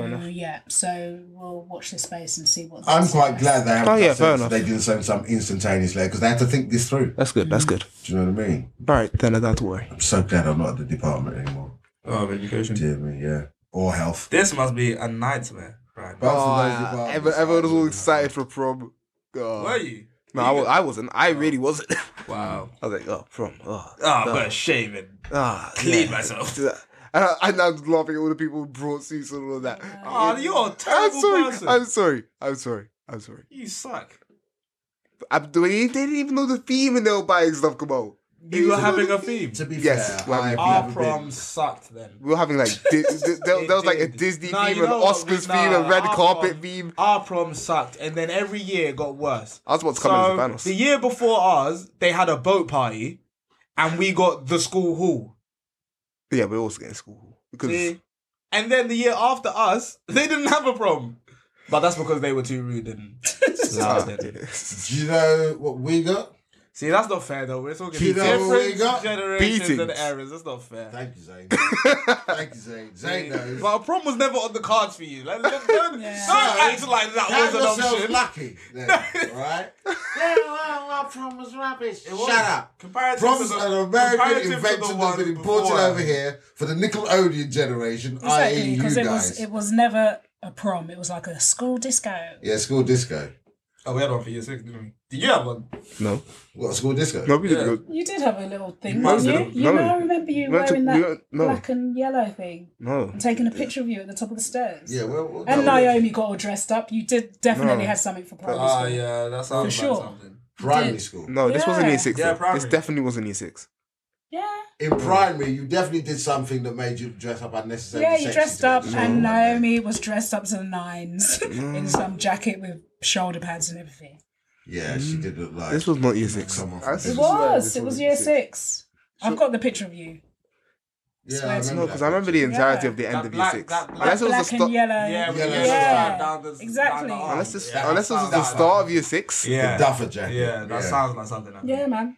enough.
yeah, so we'll watch this space and see what.
I'm
they
quite
suggest.
glad they haven't
Oh, yeah,
just
fair
said
enough.
they didn't send some instantaneous letter because they had to think this through.
That's good. That's good.
Do you know what I mean?
All right, then I don't have to worry.
I'm so glad I'm not at the department anymore.
Oh, of
Mm.
education.
Dear me, yeah. Or health.
This must be a nightmare, right?
Both of those
Oh,
departments
everyone- everyone was all
are-
excited for prom. Oh.
Were you?
No, I, was, I wasn't. I really wasn't. <laughs>
Wow.
I was like, oh, prom. Oh,
Ah,
duh.
oh, but shaving.
ah,
Clean
yeah. <laughs>
myself.
And I, and I was laughing at all the people who brought suits and all of that.
Oh, you're a
I'm
terrible
sorry.
person.
I'm sorry. I'm sorry. I'm sorry.
You suck.
I'm doing. They didn't even know the theme, and they were buying stuff. Come on.
You were having a theme.
To be
Yes,
fair,
well,
I've
our
Our
never
prom
been.
sucked then.
We were
<laughs>
having like di- di- there,
It
there was like a
did.
Disney
Nah,
theme,
you
an
know what?
Oscars
Nah,
theme, a red
our
carpet
prom-
theme.
Our prom sucked, and then every year it got worse.
I was about to come
So
in as
the
Thanos.
year before ours, they had a boat party, and we got the school hall.
yeah, we also get in school because
See? And then the year after us, <laughs> they didn't have a prom. But that's because they were too rude and loud. and-
Do you know what we got?
See, that's not fair though. We're talking
Do you know what we
different
got?
generations and
Beatings.
eras. That's not fair.
Thank you,
<laughs>
Zayn. Thank you, Zayn. Zayn knows.
But a prom was never on the cards for you. Like, don't don't
Yeah.
act like
Count
that was an
yourself
option.
lucky, then, right? <laughs> yeah, well, our prom was rubbish.
was.
Shut up.
Comparative
Prom's
to the-
an American
comparative to the
invention
one
that's been imported
before.
over here for the Nickelodeon generation,
Exactly,
i.e.,
because
you
it was
guys.
it was never a prom. It was like a school disco.
Yeah, school disco.
Oh, we had one for year six, didn't we? Did you have one?
<laughs> no,
What, school disco?
no, we
Yeah.
didn't go.
You did have a little thing,
You must
didn't you?
have.
You
No.
know, I remember you
We went to-
wearing
we
that
went- no.
black and yellow thing
No,
and taking a picture of you at the top of the stairs.
Yeah, well, well,
And
no,
Naomi got all dressed up. You did definitely
No.
have something for primary
Ah,
school.
yeah, that sounds
For sure.
like something.
primary
did.
school.
no, this wasn't
Yeah.
year six.
Yeah,
though. this
primary.
definitely wasn't
<laughs>
year six.
Yeah,
In primary, you definitely did something that made you dress up unnecessarily.
yeah. You
sexy
dressed
to go
up,
to school
and
one day.
Naomi was dressed up to the nines in some jacket with shoulder pads and everything.
Yeah, she did look like.
This was not year six.
Someone from
I
It
It
swear
This
was.
this
It was
wasn't
year six. I've got the picture of you. Swear
Yeah, I
to
remember
No,
that
because I remember the
picture.
entirety
Yeah.
of the
That black-
end of year six.
that black-
Black
Unless it was the
and
start,
yellow.
Yeah, with
Yeah.
yellow
Yeah.
star down the
Exactly.
Down the arm.
unless this,
Yeah,
unless it was the
that-
start of year six.
Yeah.
The duffer jacket.
Yeah, that sounds like something. I think.
Yeah, man.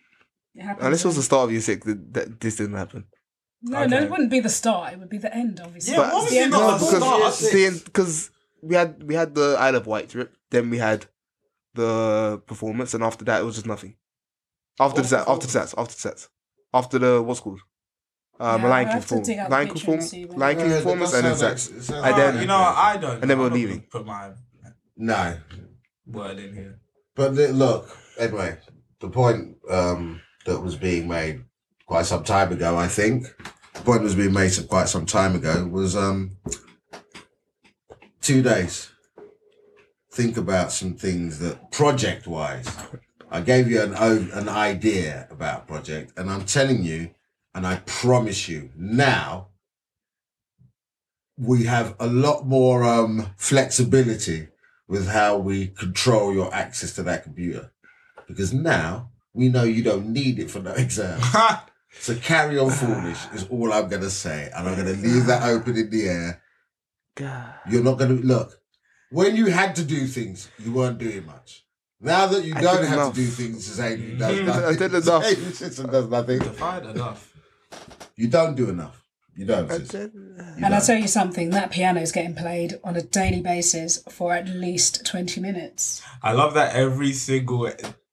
It happens.
Unless it was
yeah.
the start of year six, that, that this didn't happen.
no, no,
Okay.
it wouldn't be the start. It would be the end, obviously.
Yeah, But- obviously
The end
not
of
No,
the
the
start.
war.
because
six.
seeing because we had we had the Isle of Wight trip, then we had the performance, and after that it was just nothing. After
What
the set, after the sets, after the sets, after the what's it called uh,
Yeah,
yeah, Lion
I'll
King
have to
performance,
dig out the
Lion
picture and
King
see what-
perform- Lion King
Yeah, that
performance,
does
and then
sound like-
sets.
it sounds
I
I
like
then-
don't.
that.
You know, I don't.
And then we're
I'm not
leaving.
gonna Put my
No.
word in here. <laughs>
But the- look, anyway, the point um, that was being made quite some time ago, I think, the point that was being made quite some time ago was um, two days. Think about some things that project wise, I gave you an o- an idea about project, and I'm telling you, and I promise you now, we have a lot more um, flexibility with how we control your access to that computer. Because now we know you don't need it for no <laughs> exam. So carry on foolish is all I'm going to say. And I'm going to leave that open in the air.
God.
You're not going to look. When you had to do things, you weren't doing much. Now that you
I
don't
did
have
enough. Mm,
to do things, Zane does
I
nothing. <laughs>
did enough.
Zayn sits and does nothing.
Defied enough.
You don't do enough. You don't.
And
sis.
then-
You
And I'll
don't.
tell you something, that piano is getting played on a daily basis for at least 20 minutes.
I love that every single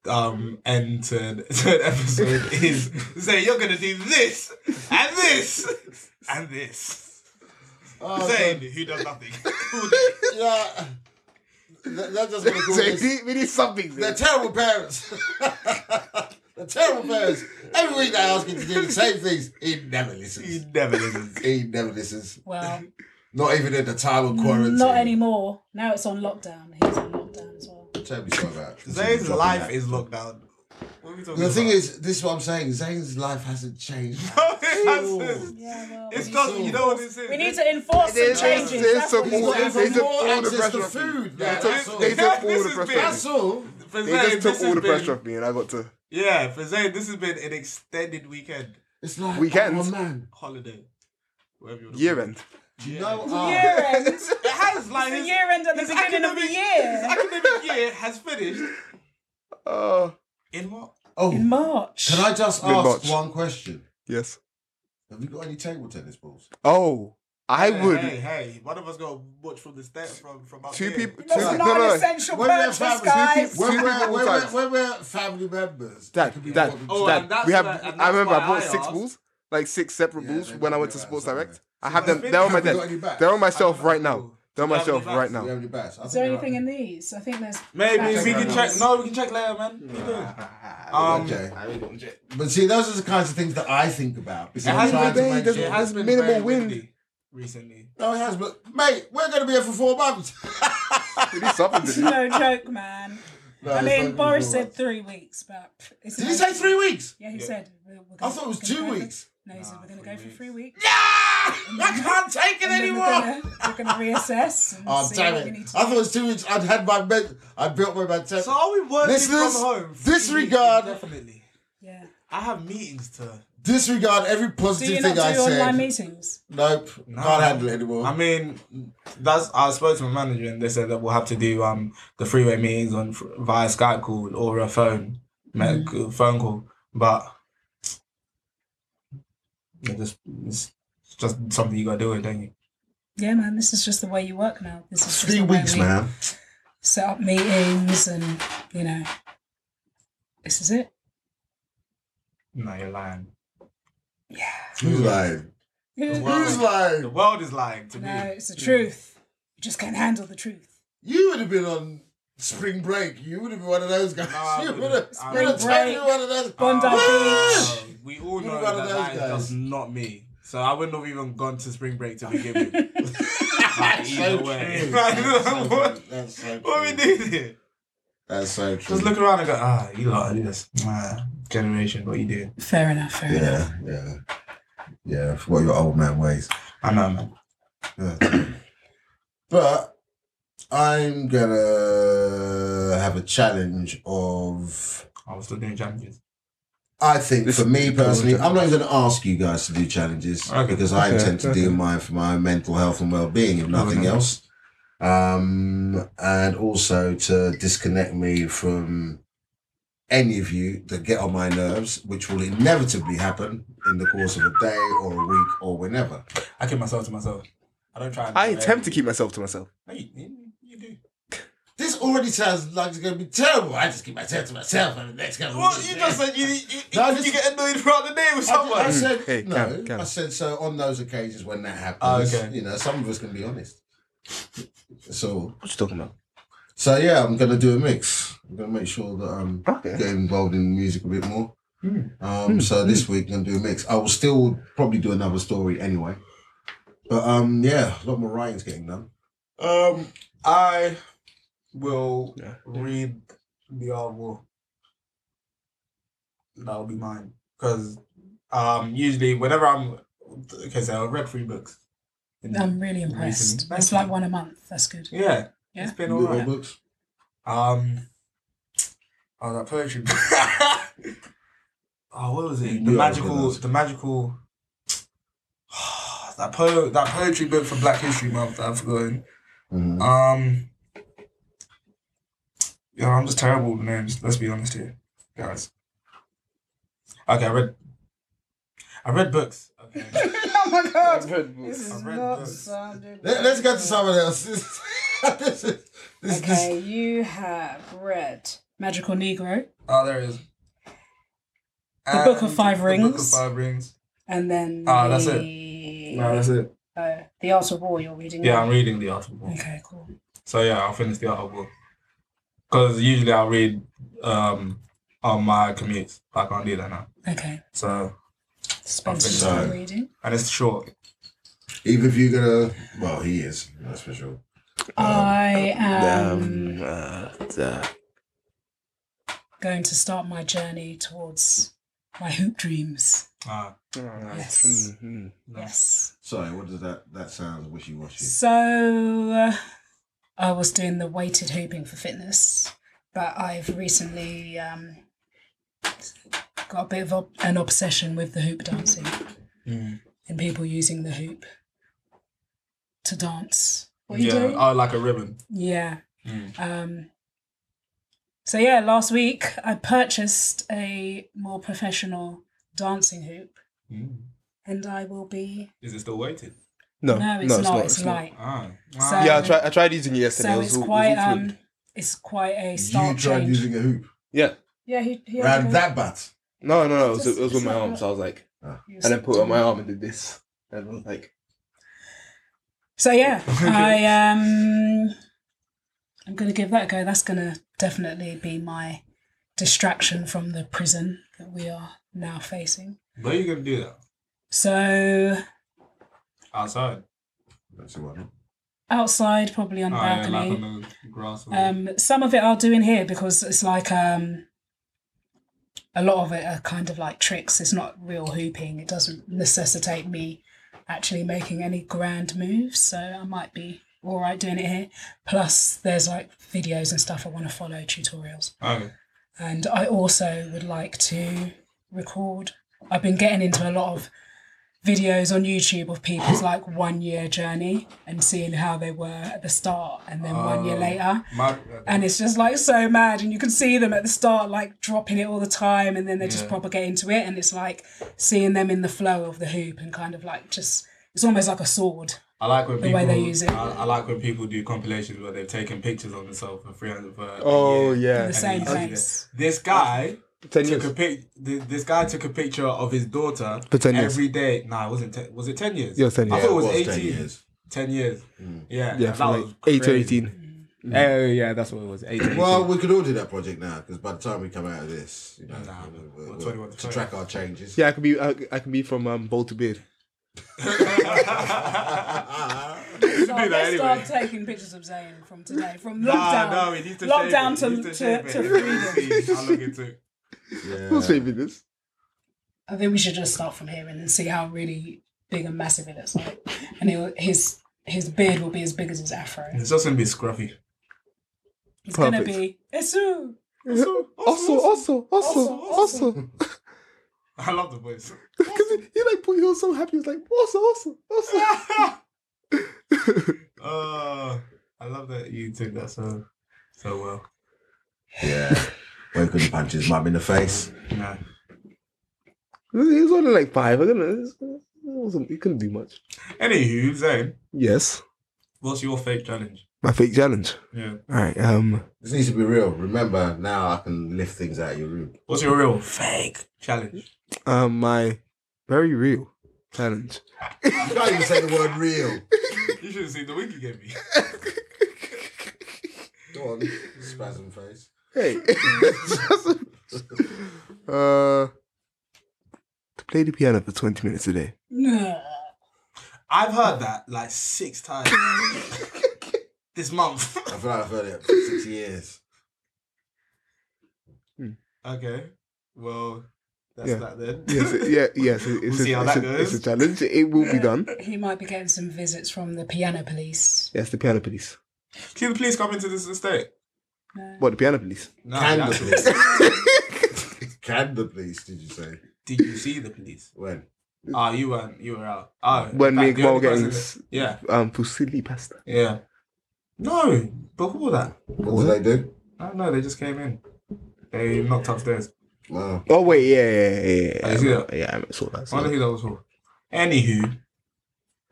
um end to an <laughs> to an episode is <laughs> say you're gonna do this and this and <laughs> this.
Oh,
Zayn, who does nothing. <laughs>
God. Yeah. That- That's just going to call
So uh, we
this.
need- we need something.
They're
there.
terrible parents. <laughs> They're terrible parents. Every week they ask him to do the same things. He never
he
listens.
never listens.
He never listens.
Well,
Not even in the time of quarantine.
not anymore. Now it's on lockdown. He's on lockdown as well.
Tell me so about
Zayn's
dropping
life
that.
is locked down. What are we talking
The thing
about? <laughs>
is, this is what I'm saying. Zane's life hasn't changed.
No, it hasn't.
Yeah, well,
it's
we
just
need to
you know what this is.
enforce- We need to enforce some
There's-
changes.
there's
That's
some
what
He's
we
more-
want.
got
they
even
took
more
all the
access
pressure
to
off you.
food.
Yeah,
now.
they
That's
took-
all.
<laughs>
They took all the
This is
pressure.
big.
off
That's
me.
all.
For
They
Zayn,
just
this
took all
has
the pressure
been-
off me, and I got to.
Yeah, for Zayn, this has been an extended weekend
It's like
Weekend.
Oh, man.
holiday. Whatever you want to
Year end.
Do you know? uh,
Year end. <laughs> It's
It has like
the
his-
year end at the
his
beginning of the
academic- His
year.
academic year has finished
Oh,
in what?
In
Oh,
March.
can I just
Mid-March.
ask one question?
yes.
Have you got any table tennis balls?
Oh, I
Hey,
would.
Hey, hey, one of us got watch from the step from from up
Two
here.
people.
That's
Two,
not
no, no.
an essential
When we have
purchase,
families, we
guys.
people-
When
Two
we're,
people
when, we're,
times.
when we're family members,
Dad,
it could be
dad,
more than
Oh,
two.
and
dad.
that's
we have.
why- and
I
that's
remember
why
I bought
I
six
asked.
balls, like six separate
Yeah,
balls
they
when I
bought
went
me
to
that
Sports
somewhere.
Direct. I have them.
Have
They're on
you
my
Have you got
desk.
any bats?
They're on my
Have you
shelf
got
right
any
now.
balls?
They're on
Do you
my
have any
shelf
bats?
right
Do you
now.
have any bats? I
Is there
think they're
anything
right
in these? I think there's.
Maybe
Check
we can
right
check.
now.
No, we can check later, man. What you doing?
now.
Um,
okay.
Okay.
But see, those are the kinds of things that I think about. Because
It
I'm
has
trying
been
to
day,
make
doesn't
it
sure-
has been
Minimal
very
wind.
windy recently.
No, it has, but mate, we're going to be here for four months. <laughs>
We need something
<laughs>
to
<laughs>
do.
No joke, man.
No,
I
it's not gonna
mean,
be
Boris
four
said
months.
three weeks, but it's
Did he say three weeks?
Yeah, he
Yeah.
said. We're, we're
I
gonna-
thought it was
we're gonna
two
go for-
weeks.
no, he said
Nah,
we're going to
three
go for
weeks.
three weeks.
No! <laughs> I can't take it
And then
anymore.
We're gonna, <laughs> we're gonna reassess. And
Oh,
see
damn
what we
it.
need
I
to
thought
do.
it was two weeks. I'd had my men- I built my mentality.
So are we working
Listeners,
from home?
disregard-
Definitely.
yeah.
I have meetings to.
Disregard every
Do
positive
you
thing
not do
I said.
online meetings?
Nope.
No.
Can't handle it anymore.
I mean, that's I spoke to my manager and they said that we'll have to do um the freeway meetings on fr- via Skype call or a phone me-
Mm-hmm.
phone call, but it just it's just something you gotta do with, don't you?
Yeah, man. This is just the way you work now. This is just
three
the way
weeks,
we
man.
Set up meetings, and you know, this is it.
No, you're lying.
Yeah.
Who's lying?
Wow.
Who's
The
lying?
world is lying to
No,
me.
it's the truth. You just can't handle the truth.
<laughs> You would have been on spring break. You would have been one of those guys.
No, I
<laughs> you
would've.
would have
I
been
would've.
totally one of those.
Bondi
Uh,
Beach.
we all
You're
know
one of
that
those
that is
guys.
just not me. So I wouldn't have even gone to spring break to begin <laughs> with. Like,
<laughs> That's so
either
true.
way.
That's so
Like,
true.
what-
That's so
What we
true.
do here?
That's so true.
Just look around and go, ah, you lot are this ah, generation, what you doing?
Fair enough. Fair enough.
Yeah, yeah. Yeah, for what your old man ways.
I know, man.
Yeah. <clears throat> but I'm gonna have a challenge of
I was still doing challenges.
I think
This
for
is
me
the problem.
personally, I'm not even going to ask you guys to do challenges
Okay.
because I
Okay,
intend to do mine for my own mental health and well-being, if nothing
Okay.
else, um, and also to disconnect me from any of you that get on my nerves, which will inevitably happen in the course of a day or a week or whenever.
I keep myself to myself. I don't try. And
I attempt to keep myself to myself.
No, you, you- you do.
This already sounds like it's going to be terrible. I just keep myself to myself and the next couple.
Well, you just said you you,
No,
you,
this-
you get annoyed throughout the day with
I,
someone.
I said
Hey,
no.
Cam, Cam.
I said so on those occasions when that happens.
okay.
You know, some of us can be honest. So,
What you talking about?
so yeah, I'm gonna do a mix. I'm gonna make sure that um
Okay.
get involved in music a bit more.
Hmm.
Um,
Hmm,
so this week I'm gonna do a mix. I will still probably do another story anyway. But um, yeah, a lot more writing's getting done.
Um, I will
Yeah.
read the article. That'll be mine because um, usually whenever I'm okay, so I've read three books. in-
I'm really impressed.
Thank
It's
you.
like one a month. That's good.
yeah,
Yeah.
it's been
You read
<laughs>
alright.
books.
Um, oh, that
<laughs>
poetry. book. oh, what was
You
it? The
knew I was gonna
magical,
ask.
the magical. <sighs> that po- that poetry book for Black History Month. that I've forgotten.
Oh
Mhm.
Um, yeah, I'm just terrible with names. Let's be honest here, guys. Okay, I read. I read books. Okay.
<laughs> oh my god. This
I've
is
read
not
books.
sounding
Let, us go to
good.
someone else. <laughs> This, this, is- this, this,
Okay, you have read Magical Negro
oh, there it is.
The Book of
And
Five
The Book of
Rings.
Five Rings.
and then
Ah, that's
the,
No, that's it.
oh, the Art of War you're reading.
Yeah,
now.
I'm reading the article.
Okay, cool.
So yeah, I'll finish the other book. Cause usually I read um on my commutes. I can't do that now.
Okay.
So
Spencer's
I've been
still
tired.
reading.
and it's short.
Even if you're gonna, well, he is. That's for sure.
I am
Um, uh, uh,
going to start my journey towards my hoop dreams.
Uh,
Yes.
mhm.
Yes.
Sorry, what does that? That sounds wishy washy.
So uh, I was doing the weighted hooping for fitness, but I've recently um, got a bit of ob- an obsession with the hoop dancing
Mm.
and people using the hoop to dance. What are you
yeah.
doing?
Oh, like a ribbon.
Yeah.
Mm.
Um, so yeah, last week I purchased a more professional dancing hoop,
Mm.
and I will be.
Is it still weighted?
No,
no, it's not. It's, light.
Ah.
So-
Yeah, I tried. I tried using it yesterday.
So
it was
it's
all- it was
quite
all
um,
fluid.
it's quite a
You
style
tried
change.
using a hoop
Yeah.
Yeah, he, he had
round
a-
that bat.
No, no, no. It was,
Just-
it was
it's
with my
not
arm.
that-
So I was like,
he was
and then put it on
doing-
my arm and did this, and I was like,
So
<laughs>
yeah, I um, I'm gonna give that a go. That's gonna definitely be my distraction from the prison that we are now facing.
Where are you gonna do that?
So
Outside.
That's the one.
outside, probably on
Oh,
the
yeah,
balcony.
like on the grass. or-
Um, some of it I'll do in here because it's like um, a lot of it are kind of like tricks. It's not real hooping. It doesn't necessitate me actually making any grand moves. So I might be all right doing it here. Plus, there's like videos and stuff I want to follow tutorials.
okay.
And I also would like to record. I've been getting into a lot of videos on YouTube of people's like one year journey and seeing how they were at the start and then one year
Oh.
later
My, okay.
and it's just like so mad and you can see them at the start like dropping it all the time and then they just
Yeah.
propagate into it and it's like seeing them in the flow of the hoop and kind of like just it's almost like a sword
I like when
the
people.
way they use it.
I, I like when people do compilations where they've taken pictures of themselves for three hundred.
oh
in
yeah,
the same
you see that.
place
This guy.
ten
took
years.
a pic. th- This guy took a picture of his daughter
For 10 years.
every day. Nah, it wasn't. Ten, was it ten years?
Yeah, ten
I
years.
thought it was,
Yeah, it was 10
eighteen. 10 years.
years. Mm.
Yeah.
Yeah,
that
from
was
like eight to
crazy.
eighteen.
Oh yeah, that's what it was. Eight to eighteen. <laughs>
<laughs>
Well, we could all do that project now because by the time we come out of this, you know,
Nah,
we- we-
we're
we-
21 to
to track our <laughs> changes.
Yeah, I can be. I, I can be from um, bowl to beard.
so
do
I
that
must start
anyway.
taking pictures of Zayn from today from
Nah,
lockdown
no, we need to
Lockdown
shave it. We
to-
need
to-
shave it.
to
<laughs> See How long it took?
Yeah.
Who's saving this?
I think we should just start from here and see how really big and massive it looks like and he'll, his his beard will be as big as his afro
It's just gonna be scruffy.
he's gonna
Perfect.
be Esu
<laughs>
Also, <laughs> also, also, also.
I love the voice. <laughs>
Because he, he like put, he was so happy. He was like, awesome, awesome, awesome.
Uh, I love that you took that so so well.
Yeah. Where could he punch his mum in the face?
No.
<laughs> he was only like five. I don't know. It wasn't- He couldn't do much.
Anywho, Zane,
Yes,
what's your fake challenge?
my fake challenge.
Yeah.
All right. Um,
This needs to be real. Remember, now I can lift things out of your room.
What's your real fake challenge?
um, my very real challenge.
You can't even say the word real.
<laughs> You should have seen the wink you gave me.
Go on, spasm face.
<laughs> Hey. <laughs> uh, to play the piano for twenty minutes a day.
No.
I've heard that like six
<laughs>
times this month. <laughs>
I feel like I've heard it for six years.
Okay. Well, that's
Yeah.
that then.
Yes, it- yeah, yes. it- It's,
We'll see
a,
how
it's,
that
a, it's a
goes.
challenge. It will be done.
He might be getting some visits from the piano police.
Yes, the piano police.
<laughs> Can the police come into this estate?
No.
What the
<laughs>
piano police?
No.
Can
that-
the police? Can the police? Did you say
Did you see the police?
when?
Oh, you weren't. You were out. Oh, in
When
fact,
me and
the
Kamal were
only
getting
person
s-
that- Yeah.
um fusilli pasta.
Yeah. No, before that.
What did they do?
No, no, they just came in. They knocked upstairs.
Wow.
Oh wait, yeah, yeah, yeah, yeah.
Oh,
yeah,
you see
yeah,
that?
yeah, I saw that.
I
saw
wonder
that.
who that was for. Anywho,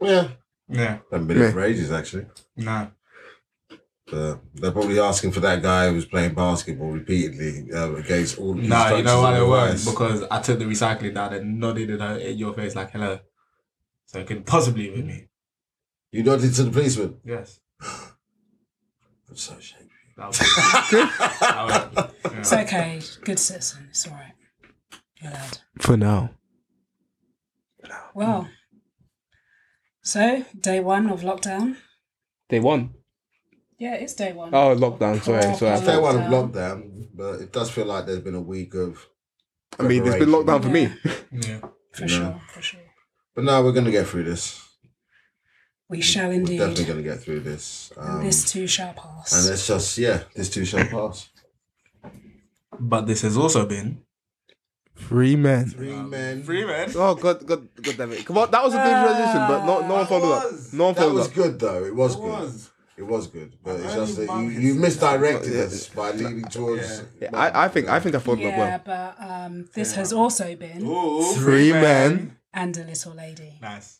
Yeah,
yeah,
haven't been
Yeah.
in for ages actually.
nah.
But they're probably asking for that guy who was playing basketball repeatedly uh, against all. the
Nah, you know
instructions
why
and
they
all
weren't?
this.
Because I took the recycling down and nodded in, her, in your face like, hello. So it could possibly be me.
You nodded to the policeman.
Yes.
I'm
<laughs>
so ashamed.
That was, that was,
<laughs>
yeah.
It's okay. Good citizen. It's all right. You're allowed.
For now, Hmm.
Well, so day one of lockdown.
they won.
Yeah, it's day one.
Oh, lockdown. Sorry,
Crap.
sorry. I
Stay
thought-
one of lockdown, but it does feel like there's been a week of.
I mean, there's been
preparation.
lockdown for me.
yeah.
for
no.
sure. For sure.
But no, we're gonna get through this.
We shall
We're definitely
indeed.
gonna get through this. Um,
This too shall
And
pass.
let's just yeah, this too shall pass.
But this has also been
Three men.
Three men.
Free Man.
Oh god, god, god damn it! Come on, that was a good transition, but no, no one
That
followed
was-
up. No one
That
followed
was
up.
good though. It was
It
good.
was.
It was good. But it's
I
just
only
that you,
bumped
you
it.
misdirected
Yeah.
us by leading towards.
Yeah, I, I think, I think I followed up
Yeah,
well.
but um, this has also been
Ooh,
Three men.
and a little lady.
Nice.